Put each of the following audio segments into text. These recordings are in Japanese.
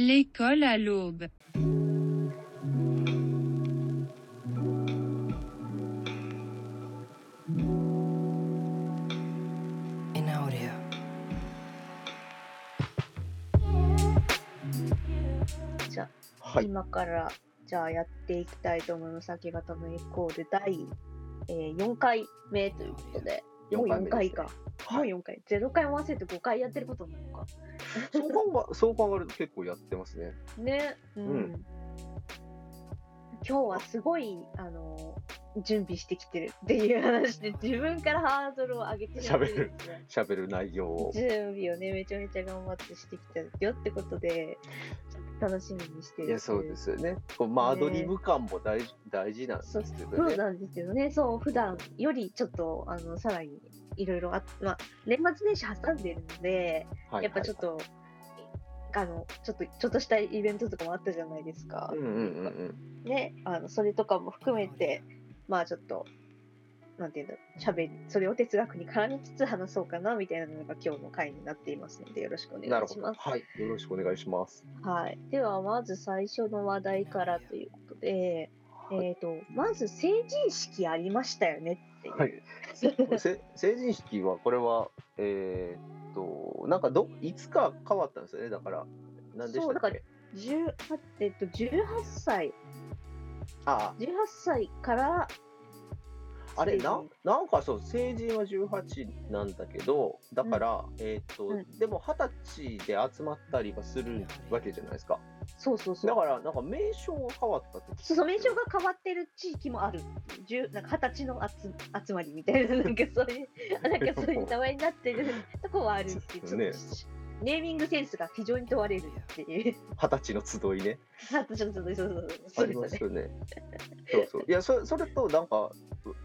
L'école à l'aube. じゃあ、はい。今からじゃあやっていきたいと思います。先方のエコール第、えー4回目ということで、もう4回か。もうはい。 4回。0回も合わせて5回やってることになるのか。そう考え そう考えると結構やってますね。ね。うん。うん今日はすごい、あのー準備してきてるっていう話 で、自分からハードルを上げて喋るんですね喋る内容を。準備をね、めちゃめちゃ頑張ってしてきたよってことで、ちょっと楽しみにしてる。いや、そうですすよね。こうまあ、アねドリブ感も大事大事なんですけどそうね。なんですよね。そう、普段よりちょっと、あの、さらにいろいろあ、まあ、年末年始挟んでるので、はいやっぱちょっ。と、あの、ちょっと、ちょっとしたイベントとかもあったじゃないですかはい。うんうんうんうん。ね、あの、それとかも含めて、まあちょっと、なんていうんだろう、喋り、それを哲学に絡みつつ話そうかな、みたいなのが今日の回になっていますので、よろしくおな願るいほしど。ます。はい。よろしくお願いします。はい。では、まず最初の話題からということで、はいえっ、と、まず成人式ありましたよねっていう。 はいせ成人式はこれはえーっとなんかどいつか変わったんですよね。だから何でそうだしたかっらけ。 18, えっと、18歳、あ18歳から、ああれ成人ななんかそう成人は18なんだけどだから、えーっと、うんでも20歳で集まったりはするわけじゃないですか。そうそうそう。だからなんか名称が変わったって聞いてそうそう名称が変わってる地域もある10なんか二十歳の集集まりみたいななんかそういう なんかそういう名前になってる とこはあるっていうちょっとねネーミングセンスが非常に問われるっていう 二十歳の集いね。あとちょっとそうそうそあうりそうまですすねよね。そうそう。いや、そそれと、なんか、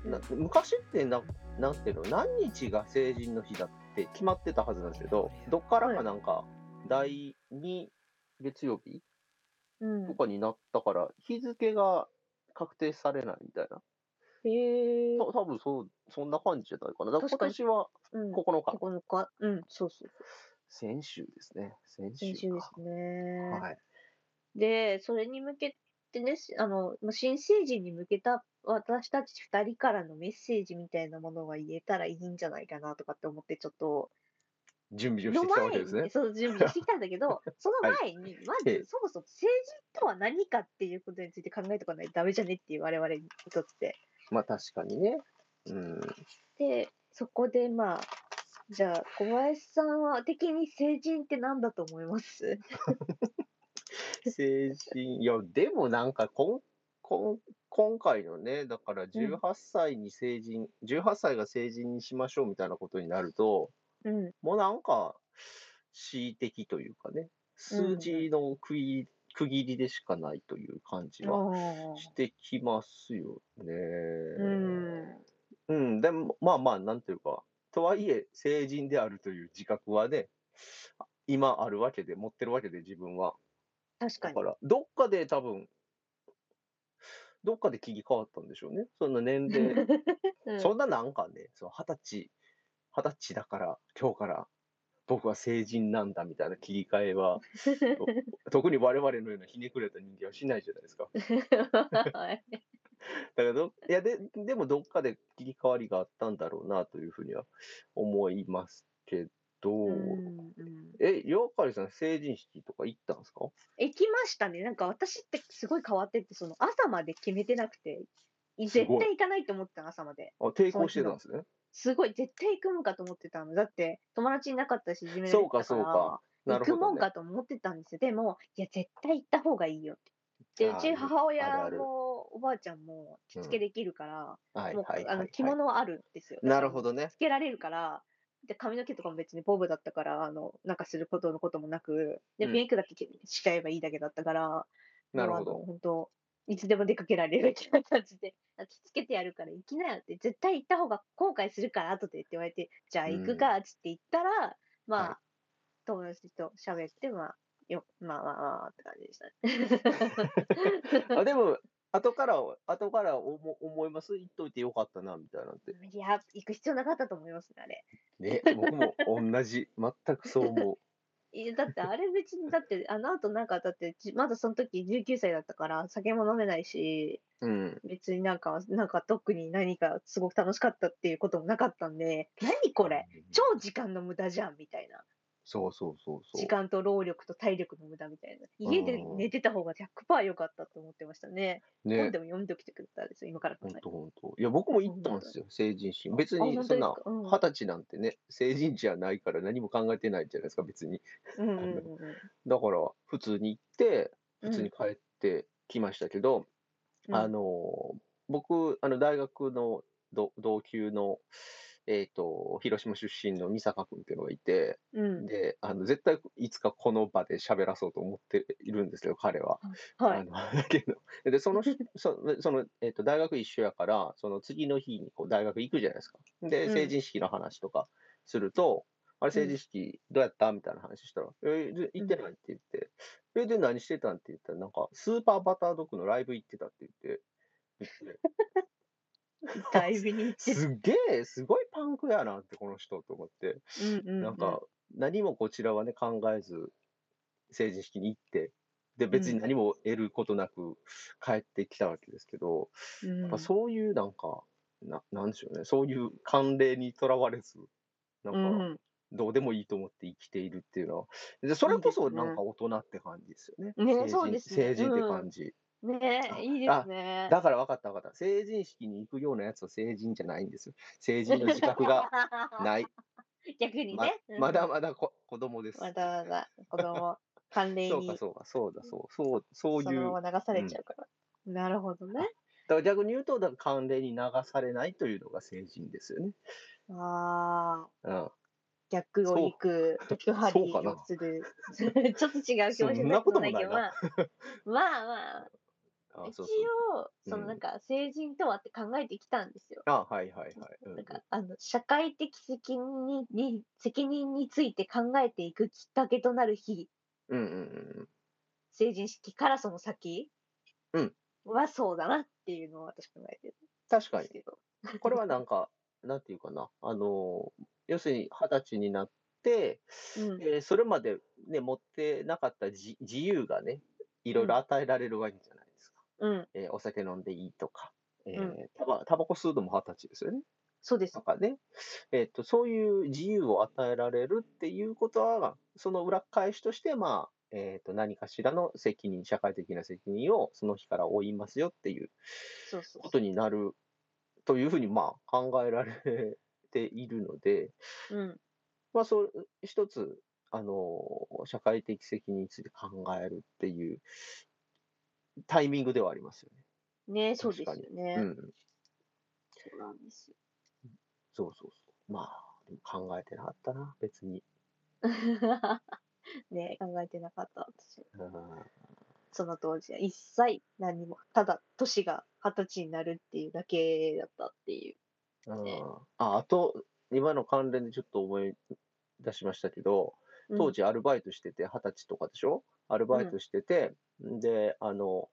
な昔ってな、なんていうの、何日が成人の日だって決まってたはずなんですけど、どっからかなんか、第2月曜日うんとかになったから、日付が確定されないみたいな。へえた多分そう、そんな感じじゃないかな。だか確ら今かに年はうん9日。 9日うんそうそう先週ですね。先週先か。週ですね、はい。でそれに向けてねしあのまあ新成人に向けた私たち2人からのメッセージみたいなものが言えたらいいんじゃないかなとかって思ってちょっと準備をしのてきたわ前けにですね。そう準備してきたんだけど、 その前に、まえずえそもそも成人とは何かっていうことについて考えておかないとダメじゃねっていう我々にとって。まあ確かにね。 うん。で、そこでまあ、じゃあ小林さんは的に成人って何だと思います成人いやでもなんかこんこん今回のねだから18歳に成人、18歳が成人にしましょうみたいなことになるとうん。もうなんか恣意的というかね数字の区切り,、区切りでしかないという感じはおーしてきますよね。うん。うん、でもまあまあなんていうかとはいえ成人であるという自覚はね今あるわけで持ってるわけで自分は。確かだにか。ら、どっかで多分、どっかで切り替わったんでしょうね。その年齢、 うんそんななんかね、その二十歳、二十歳だから、今日から僕は成人なんだみたいな切り替えは、 特に我々のようなひねくれた人間はしないじゃないですか。はいだからど、いやで、でもどっかで切り替わりがあったんだろうなというふうには思いますけど、うんうんえ、ヨーカリさん、成人式とか行ったんですか行きましたね。なんか私ってすごい変わってて、その朝まで決めてなくて、絶対行かないと思ってたの朝まで。あ抵抗してたんですね。すごい、絶対行くもんかと思ってたの。だって、友達いなかったし、いじめられてたかそうらかそうかなる行ほくもど、んね。かと思ってたんですよ。でも、いや、絶対行った方がいいよって。で、あーうち母あるあ親るもおばあちゃんも着付けできるから、はいもう、はいあはのい着物はあるんですよ。なるほどね。つけられるから、で髪の毛とかも別にボブだったから、あのなんかすることのこともなく、で、うんメイクだけしちゃえばいいだけだったから、なるほもうあのど。本当、いつでも出かけられるみたいな感じで、あ着付けてやるから行きなよって、絶対行った方が後悔するから、後でって言われて、じゃあ行くかっつって行ったら、まあ、は友達と喋って、まあ、よまあまあまあまあって感じでしたね。 あでも、後から、後から思思います言っといてよかったな、みたいなんて。 いや、行く必要なかったと思いますね、あれ。 ね、僕も同じ、全くそう思う。いやだってあれ別に、だってあの後なんか、だってじまだその時19歳だったから酒も飲めないし、うん。別になんか、なんか特に何かすごく楽しかったっていうこともなかったんで、何これ超時間の無駄じゃんみたいな。そうそうそうそう。時間と労力と体力の無駄みたいな。家でうん寝てた方が100%良かったと思ってましたね。本ねで。も読んでおきてくれたんですよ、今から考ほえんたらとほんと。いや、僕も行ったんですよ、成人式。別にあ、本そ当でんなす、か。うん。二十歳なんてね、成人じゃないから何も考えてないじゃないですか、別に。うんうんうんうんだから、普通に行って、う普ん通に帰ってきましたけど、うんあのー、僕、あの、大学の同同級の、えっ、と、広島出身の美坂君っていうのがいて、うん。で、あの、絶対いつかこの場で喋らそうと思っているんですよ、彼は。はあい。の だけどでそ の人そその、えっと大学一緒やからその次の日にこう大学行くじゃないですかでうん成人式の話とかすると、あれ成人式どうやったみたいな話したら「えで行ってない」って言って「えで何してたん?」って言ったらなんか「スーパーバタードッグのライブ行ってた」って言って。言ってだいぶに行ってすっげえすごいパンクやなってこの人と思って、うんうんうなんか何もこちらはね考えず成人式に行ってで別に何も得ることなく帰ってきたわけですけど、やっぱうんそういうなんか、ななんでしょうね、そういう慣例にとらわれず、なうんか、んどうでもいいと思って生きているっていうのは、でそれこいそいですなねんか大人って感じですよね。ね成そう人ですね成人ってうん感じ。ねあえ、いいですね。だから分かった分かった。成人式に行くようなやつは成人じゃないんですよ。成人の自 覚がない。逆にまね。うんまだまだこ子供です。まだまだ子供、関連そうにかそうか、そうだそう、そう、そそういう。のまま流されちゃうから。なるほどね。だから逆に言うと、だから慣例に流されないというのが成人ですよね。ああ、うん。逆を行く、逆張りそうかをなする。 ちょっと違う気もしそんななくこもとなもいなけど、いなまあ、まあまあ、あ一そうそう応、うんそのなんか成人とはって考えてきたんですよ。あはいはいはい。うんうなんんかあの社会的責任に責任について考えていくきっかけとなる日うんうん成人式からその先うんはそうだなっていうのを私考えてる確んかでにす。けど。これはなんか、なんていうかな。あのー、要するに二十歳になって、うんえーそれまでね、持ってなかったじ自由がね、いろいろ与えられるわけじゃないですか。うん、えーお酒飲んでいいとか、えーうんタバタバコ吸うのも二十歳ですよね。そうですと。かね。えっと、そういう自由を与えられるっていうことは、その裏返しとして、まあ、えっと何かしらの責任、社会的な責任をその日から負いますよっていうそうそうことになるというふうにまあ考えられているので、そう。うん、まあ、そう一つあの社会的責任について考えるっていうタイミングではありますよね。ねそうですよ確ね、うん、そうなんですよ。そうそうそう。まあ考えてなかったな、別に。 ね考えてなかった私。うんその当時は一切何も、ただ年が二十歳になるっていうだけだったっていう。ねうんああと今の関連でちょっと思い出しましたけど、うん当時アルバイトしてて、二十歳とかでしょアルバイうトしてて、で、あの、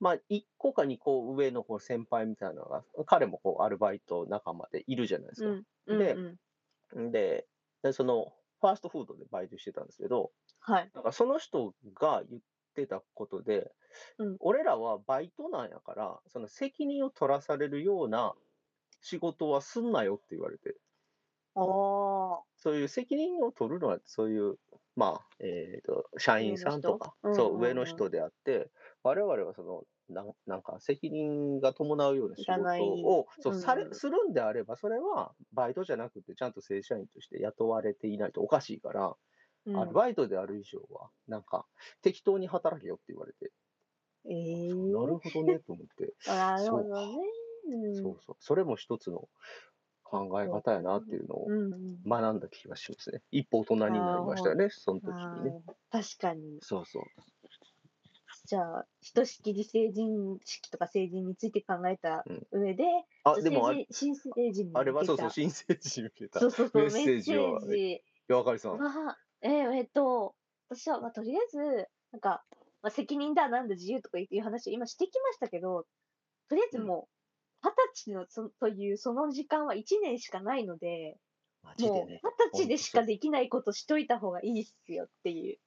まあ、1個か2個上のこう先輩みたいなのが、彼もこうアルバイト仲間でいるじゃないですか。うんうんでうん、でで、その、ファーストフードでバイトしてたんですけど、はい。なんかその人が言ってたことで、うん俺らはバイトなんやから、その責任を取らされるような仕事はすんなよって言われて、ああ。そういう責任を取るのは、そういう、まあ、えっ、と、社員さんとか、上の人うそんうんうう、ん上の人であって、我々はその、なんなんか責任が伴うような仕いらない事をそうさうんうれんするんであれば、それはバイトじゃなくて、ちゃんと正社員として雇われていないとおかしいから、うんアルバイトである以上は、なんか適当に働けよって言われて、ええなるほどねと思って、なるほそうどね。そううそう、それも一つの考え方やなっていうのをん。うんうん学んだ気がしますね。一歩大人になりましたよね、その時にね。あー確かに。そうそう。じゃあ、ひとしきり成人式とか成人について考えた上で、あ、でもあれ成人新成人に向けたあれはそうそう、新成人に向けた。そうそうそう、メメッセッセーージジはは。やあかりさん。まあ、えーえっと、私は、まあ、とりあえず、なんか、まあ、責任だ、なんだ、自由とかいう話を今してきましたけど、とりあえずもう、二十歳のそというその時間は1年しかないので、マジでもうね二。十歳でしかできないことしといた方がいいっすよっていう、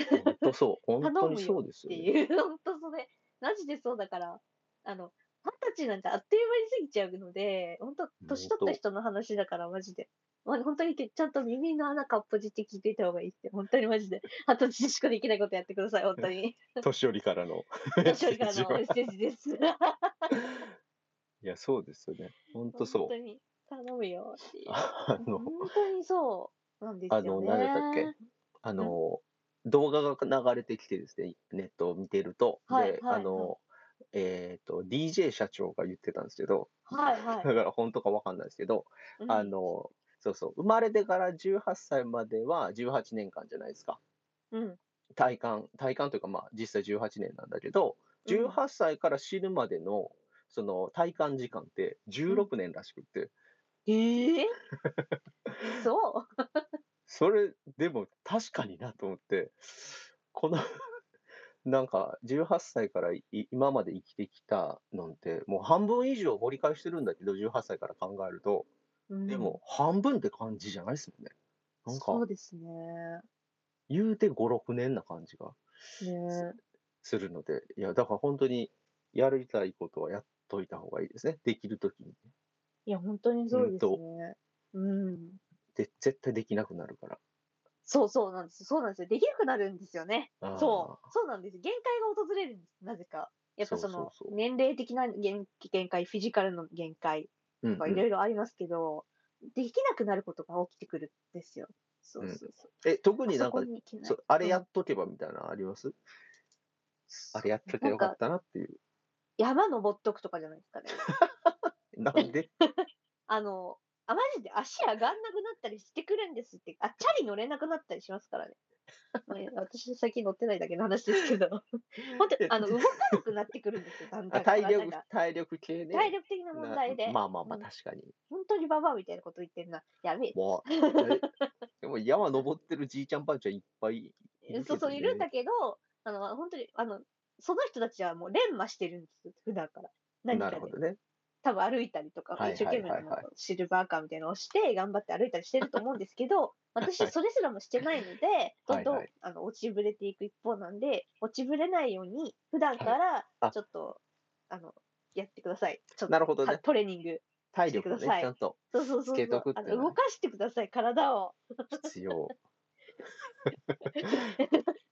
本当そう。 本当に頼むよそうですっよてね。いう、 本当それ、マジでそうだから、あの、二十歳なんてあっという間に過ぎちゃうので、本当年取った人の話だから、マジで。まあ、本当にけちゃんと耳の穴かっぽじって聞いていた方がいいって、本当にマジで。 二十歳でしかできないことやってください、本当に。年寄りからの 年寄り からメッセージのはメッセージです。いや、そうですよね。本当本そ当う。に頼むよっていう。 あの本、当にそうなんですよね。あの何だったっけあの、動画が流れてきてですね、ネットを見てると、はいで、はいあの、えっ、と、DJ 社長が言ってたんですけど、はい はい。だから本当かわかんないですけど、うんあの、そうそう、生まれてから18歳までは18年間じゃないですか。うん。体感、体感というか、まあ、実際18年なんだけど、うん18歳から死ぬまでの、その体感時間って16年らしくって、え えそうそれでも確かになと思ってこの なんか18歳からい今まで生きてきたのってもう半分以上盛り返してるんだけど18歳から考えるとうんでも半分って感じじゃないですもんね。なんそうかですね。言うて56年な感じがねするのでいやだから本当にやりたいことはやっといた方がいいですねできる時に。いや、本当にそうですうんね。うん。で絶対できなくなるから。そうそうなんです。そうなんですよ。できなくなるんですよね。あーそう。そうなんです。限界が訪れるんです。なぜか。やっぱそそうそうのそう年齢的な限限界、フィジカルの限界うんとかういんろいろありますけど、できなくなることが起きてくるんですよ。そうそうそう。え特にあなそんかこに行けないそうあれやうんっとけばみたいなのありますあれやっとけばよかったなっていう。山登っとくとかじゃないですかね。なんであの、あ、マジで足上がんなくなったりしてくるんですって。あ、チャリ乗れなくなったりしますから ね。まあいや私、最近乗ってないだけの話ですけど。 本当にあの、動かなくなってくるんですよ、だんだあん。体体力が、体力系ね。体力的なな問題で、まあまあまあ、うん確かに。本当にババアみたいなこと言ってるな。やべえ。もう、えでも山登ってるじいちゃんばあちゃんいっぱいいるけどね。そうそう、いるんだけど、あの、本当に、あの、その人たちはもう連磨してるんですよ、普段から。何なかでるほどね。多分歩いたりとか、はいはい一生懸命はいあのはいシルバーカーみたいなのをして、頑張って歩いたりしてると思うんですけ ど、私、それすらもしてないので、どんどんはいはあの落ちぶれていく一方なんで、落ちぶれないように、普段からあちょっと、あの、やってください。ちょっとなるほどかね。トレーニング。体力をしてくね、ださいちゃんとそうそうそうつけそとうくってあいうののは動かしてください、体を。必要。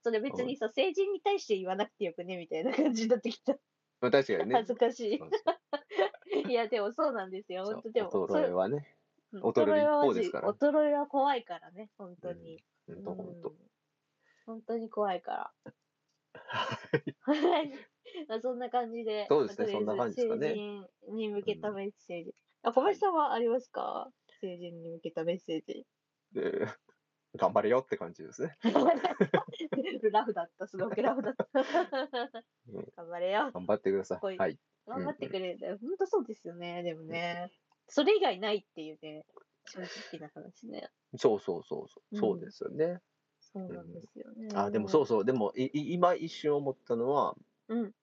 それ別にさ、成人に対して言わなくてよくね、みたいな感じになってきた。まあ確かにね。恥ずかしそうそ うい。いや、でもそうなんですよ。そう本当でも。衰えはね、うん衰える一は方ですからマジ衰えは怖いからね、本当に。ほんうとんほんと。本当に怖いから。はいはい。 まあそんな感じで。そうですまあとりあえずねそんな感じですかね成人に向けたメッセージ。あ、小林さんはありますか、成人に向けたメッセージ。 で頑張れよって感じですね。ラフだった、すごくラフだった。うん頑張れよ。頑張ってくださかっこいい。いはい。頑張ってくれる。本当そうですよね、でもね。それ以外ないっていうね、正直な話ね。そうそうそうそう。そううんですよね。そうなんですよね。あ、でもそうそう。でも、いい今一瞬思ったのは、うん。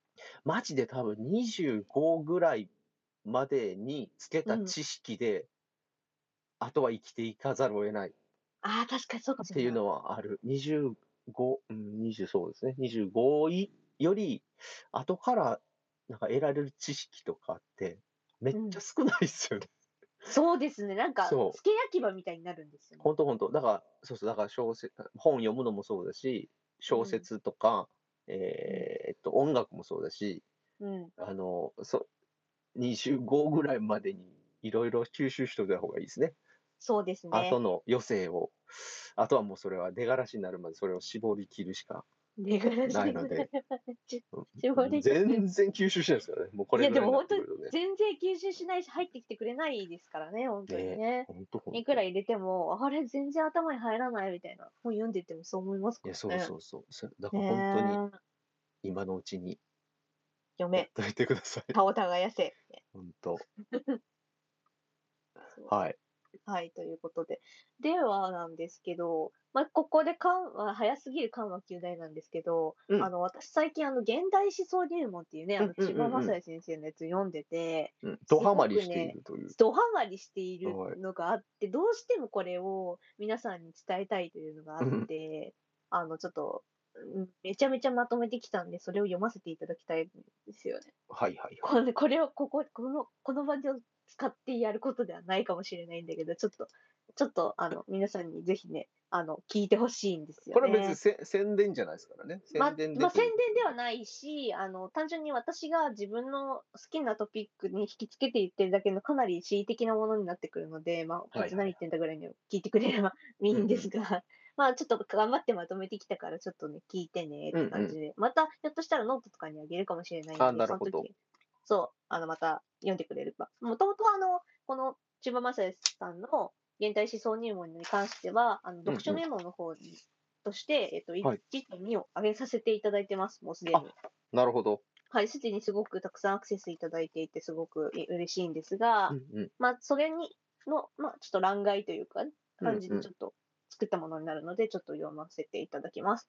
マジで多分25ぐらいまでにつけたうん知識で、あとは生きていかざるを得ないっああ、確かにそうかもしてれいなうい。のはある。25、うん、20そうですね。25いより、後からなんか得られる知識とかって、めっちゃ少ないですよね。 そうですね。なんか、そう付け焼き場みたいになるんですよ、ね。本当本当だから、そうそう、だから小説、本読むのもそうだし、小説とか、えーっと、音楽もそうだし、うん。あの、そ、25ぐらいまでにいろいろ吸収しておいた方がいいですね。そうですね。後の余生を。あとはもうそれは出がらしになるまでそれを絞り切るしか。出がらしないので。ちうん絞り切る全然吸収しないですよね。もうこいれや、ぐでらいもにな本って当くにるとね。全然吸収しないし、入ってきてくれないですからね、本当にね。本当本当いくら入れても、あれ、全然頭に入らないみたいな。本読んでてもそう思いますかいらや、ね。そうそうそう。そだから本当にに。今のうちに読やっめ、といてください。田を耕せ。本当。そうはい。はい、ということで。ではなんですけど、まあ、ここで緩和、早すぎる緩和球大なんですけど、うんあの、私最近、あの、現代思想入門っていうね、あの、うんうん千うんう葉ん雅也先生のやつ読んでて、うんドハマりしているという。ドハマりしているはいのがあって、どうしてもこれを皆さんに伝えたいというのがあって、あの、ちょっと、うんめちゃめちゃまとめてきたんで、それを読ませていただきたいんですよね。はいはいこはい。れこれをこここのこの場で使ってやることではないかもしれないんだけどちょっとちょっとあの皆さんにぜひねあの聞いてほしいんですよね。これは別にせ宣伝じゃないですからね。ま宣伝で。まあ、宣伝ではないしあの単純に私が自分の好きなトピックに引きつけて言ってるだけのかなり恣意的なものになってくるので、まあ、いはいこいつ何言ってんだぐらいには聞いてくれれば いいんですが、まあちょっと頑張ってまとめてきたからちょっとね聞いてねって感じで、またひょっとしたらノートとかにあげるかもしれないのであなるほどその時そうあのまた読んでくれればもともとあのこの千葉雅也さんの現代思想入門に関してはあの読書うんうメモの方に、として、えっと、は1いと2を上げさせていただいてます、もうすでにあ。なるほど。はい、すでにすごくたくさんアクセスいただいていて、すごくえ嬉しいんですが、うんうんまあ、それに、の、まあ、ちょっと欄外というか、感じうでんうんちょっと作ったものになるので、ちょっと読ませていただきます。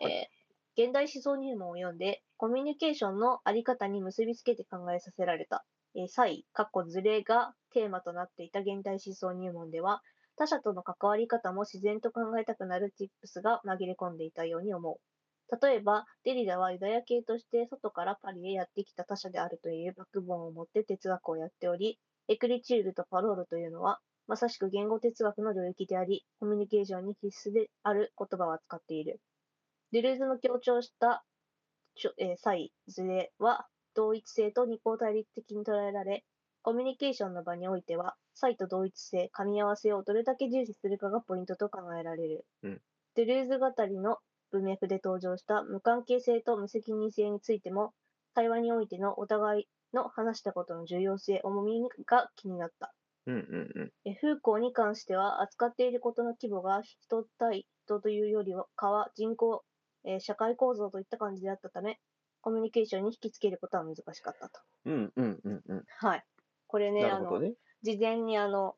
はいえー現代思想入門を読んで、コミュニケーションのあり方に結びつけて考えさせられた、えー、才、かっこずれがテーマとなっていた現代思想入門では、他者との関わり方も自然と考えたくなるチップスが紛れ込んでいたように思う。例えば、デリダはユダヤ系として外からパリへやってきた他者であるというバックボーンを持って哲学をやっており、エクリチュールとパロールというのは、まさしく言語哲学の領域であり、コミュニケーションに必須である言葉を扱っている。デュルーズの強調したちょ、えー、際、ズレは、同一性と二項対立的に捉えられ、コミュニケーションの場においては、際と同一性、噛み合わせをどれだけ重視するかがポイントと考えられる。うんデュルーズ語りの文脈で登場した無関係性と無責任性についても、対話においてのお互いの話したことの重要性、重みが気になった。うんうんうん。え風光に関しては扱っていることの規模が人対人というよりはかは人口、えー社会構造といった感じであったためコミュニケーションに引きつけることは難しかったと。うんうんうんうん。はい、これねなあるほどのね。事前にあの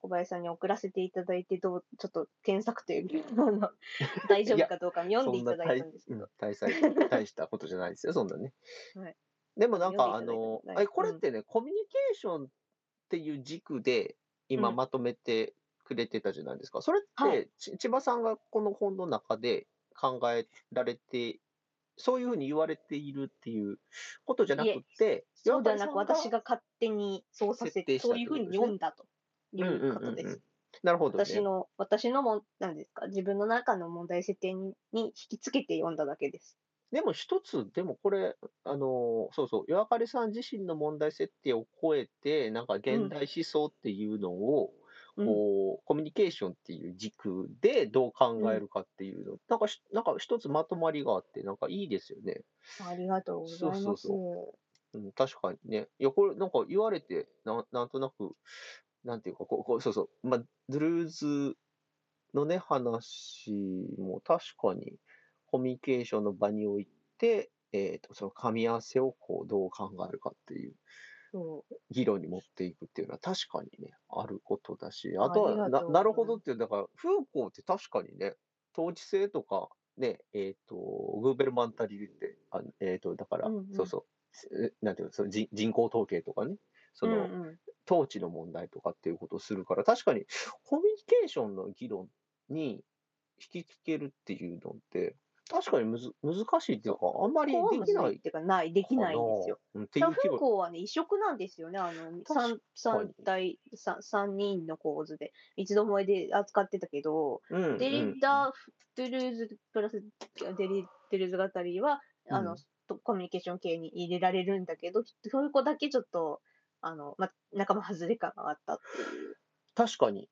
小林さんに送らせていただいてどうちょっと検索というかあ の大丈夫かどうか読んでいただいたんですけど。大そんな大 うん大した大したことじゃないですよ、そんなね。はいでもなんか、あ読んでいただいたことのない、えこれってね、コミュニケーションっていう軸で今うんまとめてくれてたじゃないですか。それって、はいち千葉さんがこの本の中で考えられて、そういうふうに言われているっていうことじゃなくて、そうではなく岩谷さ私んがが勝手にそうさせ設定てしたっそうていうこふとうですねに読んだというんううんうこんうとんです。なるほどね。私の、私のも、なんですか、自分の中の問題設定にに引きつけて読んだだけです。でも一つ、でもこれ、あのーそうそう、岩刈さん自身の問題設定を超えて、なんか現代思想っていうのを、うんこう、コミュニケーションっていう軸でどう考えるかっていうの、なんかし、なんか一つまとまりがあって、なんかいいですよね。ありがとうございます。そうそううん、確かにね。いや、これ、なんか言われて、ななんとなく、なんていうか、こう、こうそうそう、まあ、ドゥルーズのね、話も確かに、コミュニケーションの場において、えっ、と、その噛み合わせをこう、どう考えるかっていうそう議論に持っていくっていうのは確かにね、あることだし、ああとりがは、なとうなるございまほどっていう、だから、フーコーって確かにね、統治性とか、ね、えっ、と、グーベルマンタリーって、あえっ、と、だから、うんうんそうそう、えなんていうの、その人人口統計とかね、その、うんうん統治の問題とかっていうことをするから、確かに、コミュニケーションの議論に引きつけるっていうのって、確かにむず難しいっていうか、あんまりこうはできな難しいいっていうか、ない、できないんですよ。かな。うんっていう風気は光はね、異色なんですよね。あの、三、か三に大、三、三人の構図で、三つどもえで扱ってたけど、うんうんデリダー・トゥルーズプラスデリ・トゥルーズ語りは、あうのん、とコミュニケーション系に入れられるんだけど、そういう子だけちょっと、あの、ま、仲間外れ感があった確かに。っ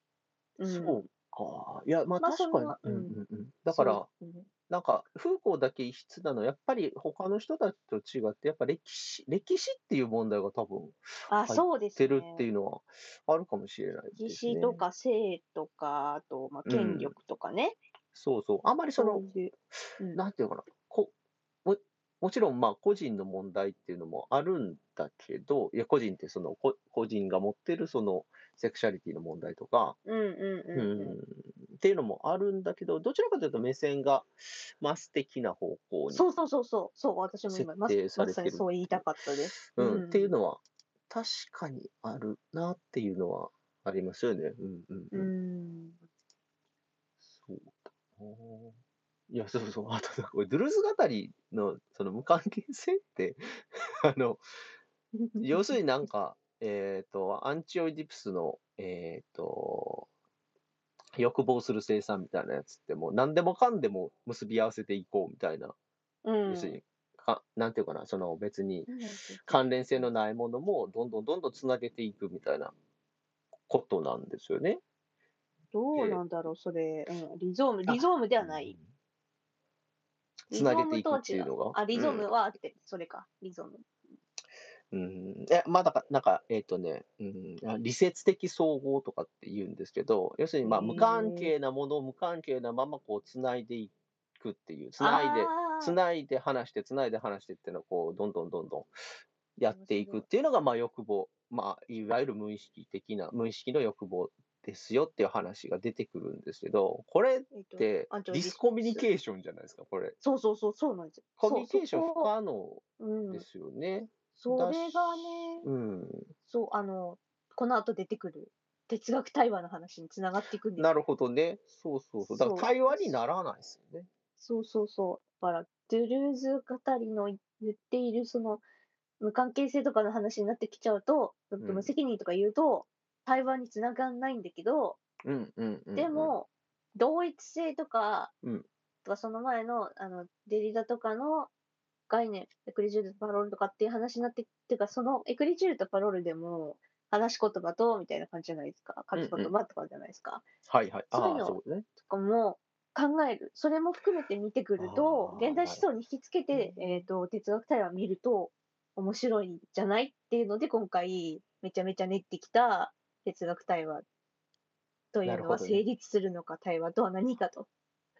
ていう。そうか。いや、まあまあそ確かれには。うんうんうんうんだから、そう、うんなんか、風光だけ異質なのは、やっぱり他の人たちと違って、やっぱ歴史、歴史っていう問題が多分、あ、そうでしすてね。るっていうのはあるかもしれないです、ね。歴史とか性とか、あと、まあ、権力とかね。そうそう。あんまりその、ういううんなんていうのかな、こう、もちろんまあ個人の問題っていうのもあるんだけど、いや個人ってそのこ個人が持ってるそのセクシャリティの問題とか、うんうんううんんうん。っていうのもあるんだけど、どちらかというと目線がマス的な方向に、そうそうそうそう、そう、私も今、ま設定ささまれてさるにそう言いたかったです。うんうんっていうのは確かにあるなっていうのはありますよね。うんううんうん、ん。そうだないや、そうそう。あとさ、これ、ドゥルーズ語りの、その無関係性って、 あの、要するになんか、 えっ、と、アンチオイディプスの、えっ、と、欲望する生産みたいなやつって、もう何でもかんでも結び合わせていこうみたいな、うん要するに、かなんていうかな、その別にうん関連性のないものもどんどんどんどんつなげていくみたいなことなんですよね。どうなんだろう、それ。うん、リゾーム、あリゾームではない。うん。つなげていくっていうのが。あ、リゾーうんムはあって、それか、リゾーム。うん、えまあだからなんかえっ、とね、うん、あ理説的総合とかって言うんですけど要するにまあへー無関係なものを無関係なままこうつないでいくっていうつないでつあーないで話してつないで話してっていうのをこうどんどんどんどんやっていくっていうのがまあ欲望まあいわゆる無意識的な無意識の欲望ですよっていう話が出てくるんですけどこれえっとってあじゃあディスコミュニケーションじゃないですかこれそうそうそう、そうなんですよ。コミュニケーションそう不可能そこうんで。すよね。そだしれがね、うんそう、あの、この後出てくる哲学対話の話につながっていくんですなるほどね。そうそうそう。だかそらう対話にならないですよね。そうそうそう。だから、ドゥルーズ語りの言っている、その、無関係性とかの話になってきちゃうと、ん無責任とか言うと、対話につながんないんだけど、うんうんうんうん。でも、同一性とか、うんとかその前の、あの、デリダとかの概念、エクリチュールとパロールとかっていう話になって、っていうか、そのエクリチュールとパロールでも、話し言葉と、みたいな感じじゃないですか。書き言葉とかじゃないですか。はいはい。そういあうあ、のそうね。とかも考える。それも含めて見てくると、あー現代思想に引きつけて、うんえっ、と、哲学対話を見ると面白いんじゃないっていうので、今回、めちゃめちゃ練ってきた哲学対話といなうるのほはどね成立するのか、対話とは何かと。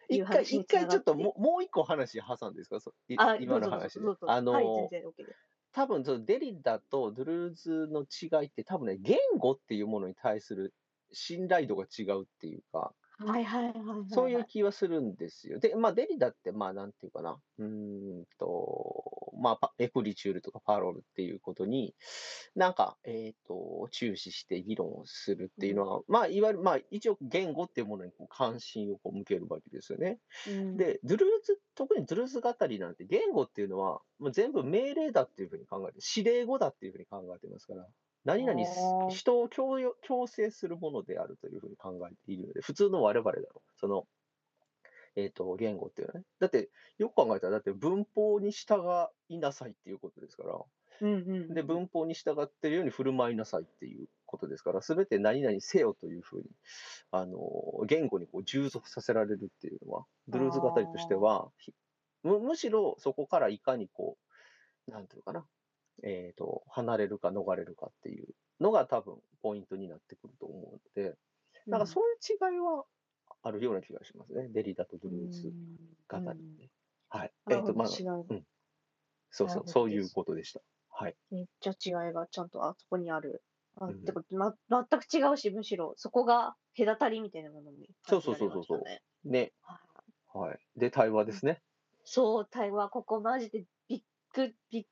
い一う回、話に一つながっ回てちょっともう、もう一個話挟んでいいですかそいあ、今どうぞどのう話ぞでどう。ぞあのー、はい、全然 OK です。多分そのデリダとドゥルーズの違いって多分ね、言語っていうものに対する信頼度が違うっていうか、はいはいはいはい、はい。そういう気はするんですよ。で、まあ、デリダって、まあ、なんていうかな、うーんと、まあパ、エクリチュールとかパロールっていうことに、なんか、えっ、と、注視して議論をするっていうのは、まあ、いわゆる、まあ、一応、言語っていうものにこう関心をこう向けるわけですよね。うん、で、ドゥルーズ、特にドゥルーズ語りなんて、言語っていうのは、もう全部命令だっていうふうに考えて、指令語だっていうふうに考えてますから、何々すあー、人を強要強制するものであるというふうに考えているので、普通の我々だろう。その、えっ、と、言語っていうのはね。だって、よく考えたら、だって文法に従いなさいっていうことですから、うんうん、で、文法に従ってるように振る舞いなさいっていうことですから、すべて何々せよというふうに、あの、言語にこう従属させられるっていうのは、ドゥルーズ語りとしては、ひむむしろそこからいかにこう、なんていうかな、えっ、と、離れるか逃れるかっていうのが多分ポイントになってくると思うので、なんかそういう違いはあるような気がしますね。デリダとドゥルーズ語りね。はい。ええっ、っ、と、まあ、違う。そうそなるうほ、どそういでうすことでした。はい。めっちゃ違いがちゃんとあそこにある。あうんてか、ま、全く違うし、むしろそこが隔たりみたいなものにそ感うじそうらそれうそまうしたね。ね。はいはい。で、対話ですね。そう、対話、ここマジでビッグ、ビッグ、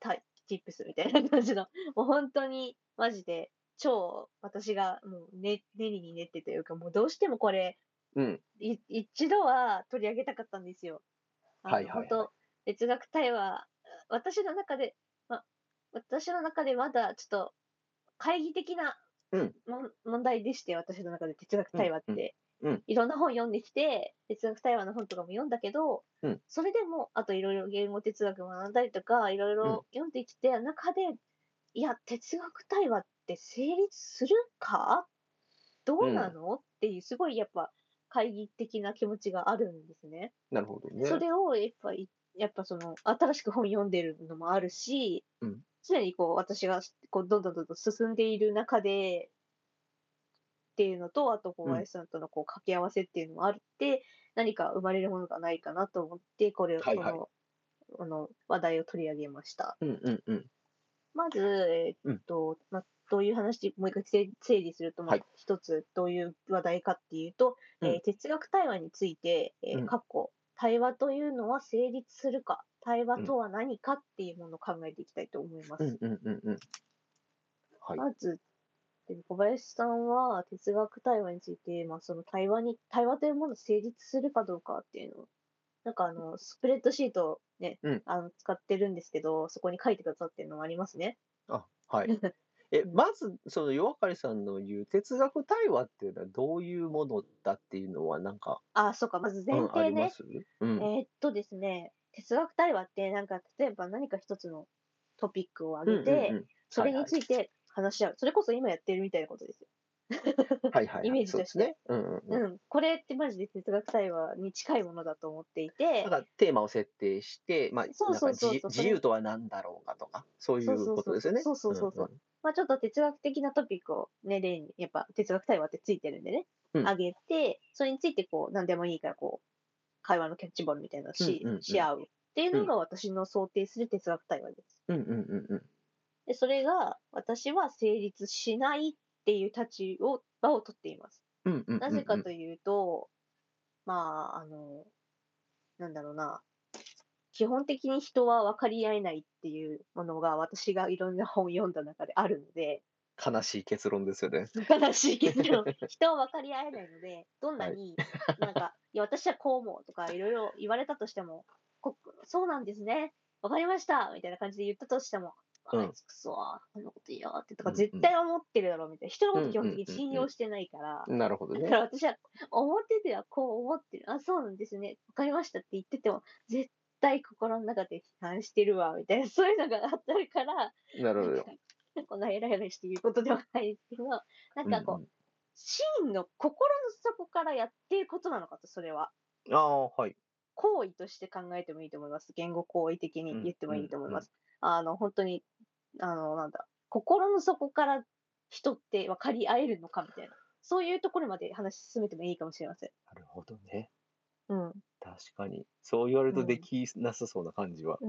タイ、チップスみたいな感じの、もう本当にマジで超私がもうね、練りに練ってというか、もうどうしてもこれ、うん。い一度は取り上げたかったんですよ。あのはいはいはい本当哲学対話、私の中で、ま、私の中でまだちょっと会議的なうんもん、問題でして、私の中で哲学対話って、うんうんいろんな本読んできて、哲学対話の本とかも読んだけど、うんそれでも、あといろいろ言語哲学学んだりとか、いろいろ読んできて、中で、いや、哲学対話って成立するかどうなの、っていう、すごいやっぱ、懐疑的な気持ちがあるんですね。なるほどね。それをやっぱい、やっぱその、新しく本読んでるのもあるしうん、常にこう、私がこうどんどんどんどん進んでいる中で、っていうのと、あとこうう、ん Y さんとのこう掛け合わせっていうのもあって、何か生まれるものがないかなと思って、これを、はいはいこの、あの、話題を取り上げました。うんうんうん。まず、えーっと、まあ、どういう話、もう一回整整理すると、まはあい、一つ、どういう話題かっていうと、えーうん哲学対話について、えうー、んかっこ、対話というのは成立するか、対話うんとは何かっていうものを考えていきたいと思います。うんうんうんうん。はい。まず、えー小林さんは哲学対話について、まあ、その対話に、対話というものを成立するかどうかっていうのを、なんかあの、スプレッドシートをね、うんあの使ってるんですけど、そこに書いてくださってるのもありますね。あ、はい。え、まず、その、弱かりさんの言う哲学対話っていうのはどういうものだっていうのは、なんか、あ、そうか、まずう前ん、あ提りねま。すうん。えーっとですね、哲学対話って、なんか例えば何か一つのトピックを挙げて、うんうんうんそれについて話し合う、それこそ今やってるみたいなことですよ。はいはいはい、イメージそうとでしてすね。うんうんうんうん、これってマジで哲学対話に近いものだと思っていてだ、からテーマを設定して、まあ、そうそうそうそうなんそかれ自自由とは何だろうかとか、そういうことですよね。そうそうそうそうまあ、ちょっと哲学的なトピックをね、例に、やっぱ哲学対話ってついてるんでね、うんあげて、それについてこう、何でもいいからこう、会話のキャッチボールみたいなのをし,、うんうんうんし合うっていうのが私の想定する哲学対話です。うんうんうんうんうん。で、それが私は成立しないっていう立ちを、場を取っています。うんうんうんうんなぜかというと、まあ、あの、なんだろうな。基本的に人は分かり合えないっていうものが私がいろんな本を読んだ中であるので、悲しい結論ですよね。悲しいけ ど、人は分かり合えないので、どんなに、なんか、いや、私はこう思うとか、いろいろ言われたとしても、こそうなんですね、分かりましたみたいな感じで言ったとしても、うんあいつくそあんなこと言いやがってとか、うんうん絶対思ってるだろうみたいな。人のこと基本的にうんうんうんうん信用してないから、なるほどだねか。ら私は、表ではこう思ってる。あ、そうなんですね。わかりましたって言ってても、絶対心の中で批判してるわ、みたいな、そういうのがあったから、なるほなんどか。 こんな偉い偉いして言うことではないですけど、なんかこう、んん真の心の底からやっていることなのかと、それは。ああ、はい。行為として考えてもいいと思います。言語行為的うんに言ってもいいと思いうんうまんす。あの、本当に、あの、なんだ、心の底から人って分かり合えるのかみたいな。そういうところまで話し進めてもいいかもしれません。なるほどね。うん。確かに。そう言われるうとんできなさそうな感じは。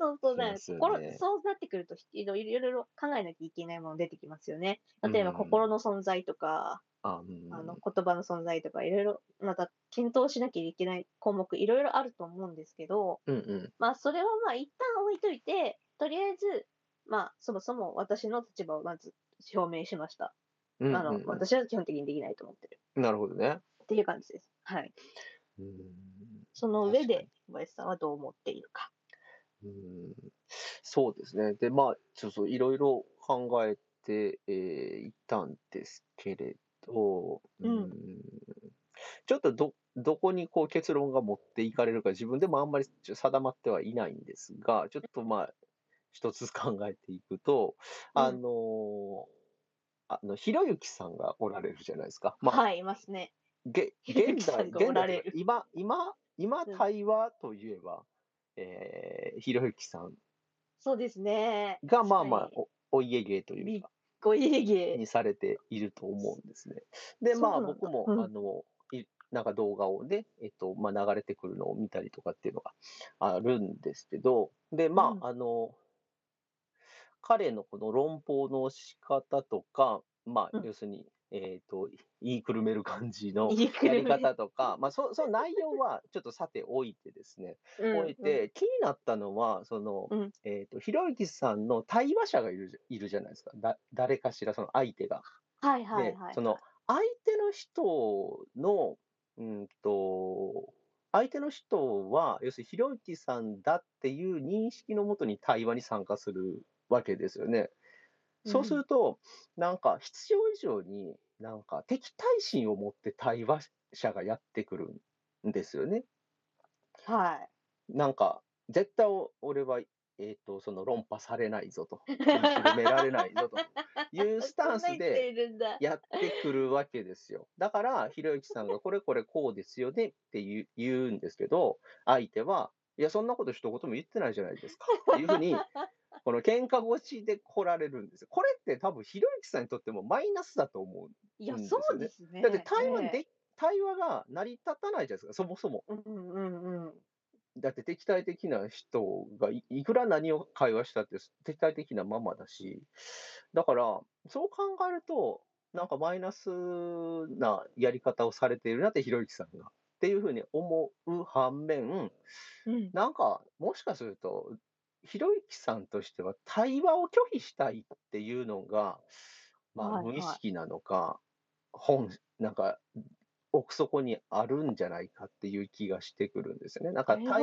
そうそうだ、ね、そうですよ心ねそうなってくるといろいろいろいろ考えなきゃいけないもの出てきますよね。例えばうん心の存在とか、あうんあの言葉の存在とかいろいろまた検討しなきゃいけない項目いろいろあると思うんですけど、うんうん。まあ、それはまあ、一旦置いといて、とりあえず、まあ、そもそも私の立場をまず表明しました。うんうんあのう、ん私は基本的にできないと思ってる。なるほどね。っていう感じです。はい。うんその上確で、小林さんはどう思っているか。うんそうですね。で、まあ、ちょっといろいろ考えて、えーいたんですけれど、うんちょっとど、どこにこう結論が持っていかれるか自分でもあんまりちょ定まってはいないんですが、ちょっとまあ、一つ考えていくと、うんあのあの、ひろゆきさんがおられるじゃないですか。まあ、はい、いますね。げひろゆき現さん代、がおら現代れるというか今、今、今うん対話といえば、えーひろゆきさんそうですね。が、まあまあ確かに、おお家芸というか、ご家芸。にされていると思うんですね。で、まそあうなんだ僕も、うんあの、いなんか動画をね、えっと、まあ流れてくるのを見たりとかっていうのがあるんですけど、で、まうんあ、あの、彼のこの論法の仕方とか、まあう、ん要するに、えっと、言いくるめる感 じのいいくやるりめ方とか、まあ、そその内容はちょっとさておいてですね、置いて、、気になったのは、その、うんえっ、と、ひろゆきさんの対話者がいるじゃいるじゃないですか。だ誰かしら、その相手が。うんうんはいはいではい。その、相手の人の、うんと、相手の人は、要するにひろゆきさんだっていう認識のもとに対話に参加するわけですよね。そうすると、なんか必要以上になんか敵対心を持って対話者がやってくるんですよね。うん、はい。なんか、絶対お俺は、えっ、と、その論破されないぞと、認められないぞというスタ ンそんな言スってでいるんだ。やってくるわけですよ。だから、ひろゆきさんがこれこれこうですよねって言う言うんですけど、相手は、いや、そんなこと一言も言ってないじゃないですか。っていうふうに、この喧嘩腰で来られるんですよ。これって多分、ひろゆきさんにとってもマイナスだと思ういや、うんですそようねですね。だって対話で、対話が成り立たないじゃないですか、そもそも。うんうんうん。だって敵対的な人がいいくら何を会話したって敵対的なままだし、だから、そう考えると、なんかマイナスなやり方をされているなって、ひろゆきさんが。っていうふうに思う反面、うん、なんか、もしかすると、ひろゆきさんとしては対話を拒否したいっていうのが、まはあ、いはい無意識なのか、本、なんか、奥底にあるんじゃないかっていう気がしてくるんですよね。なんか対話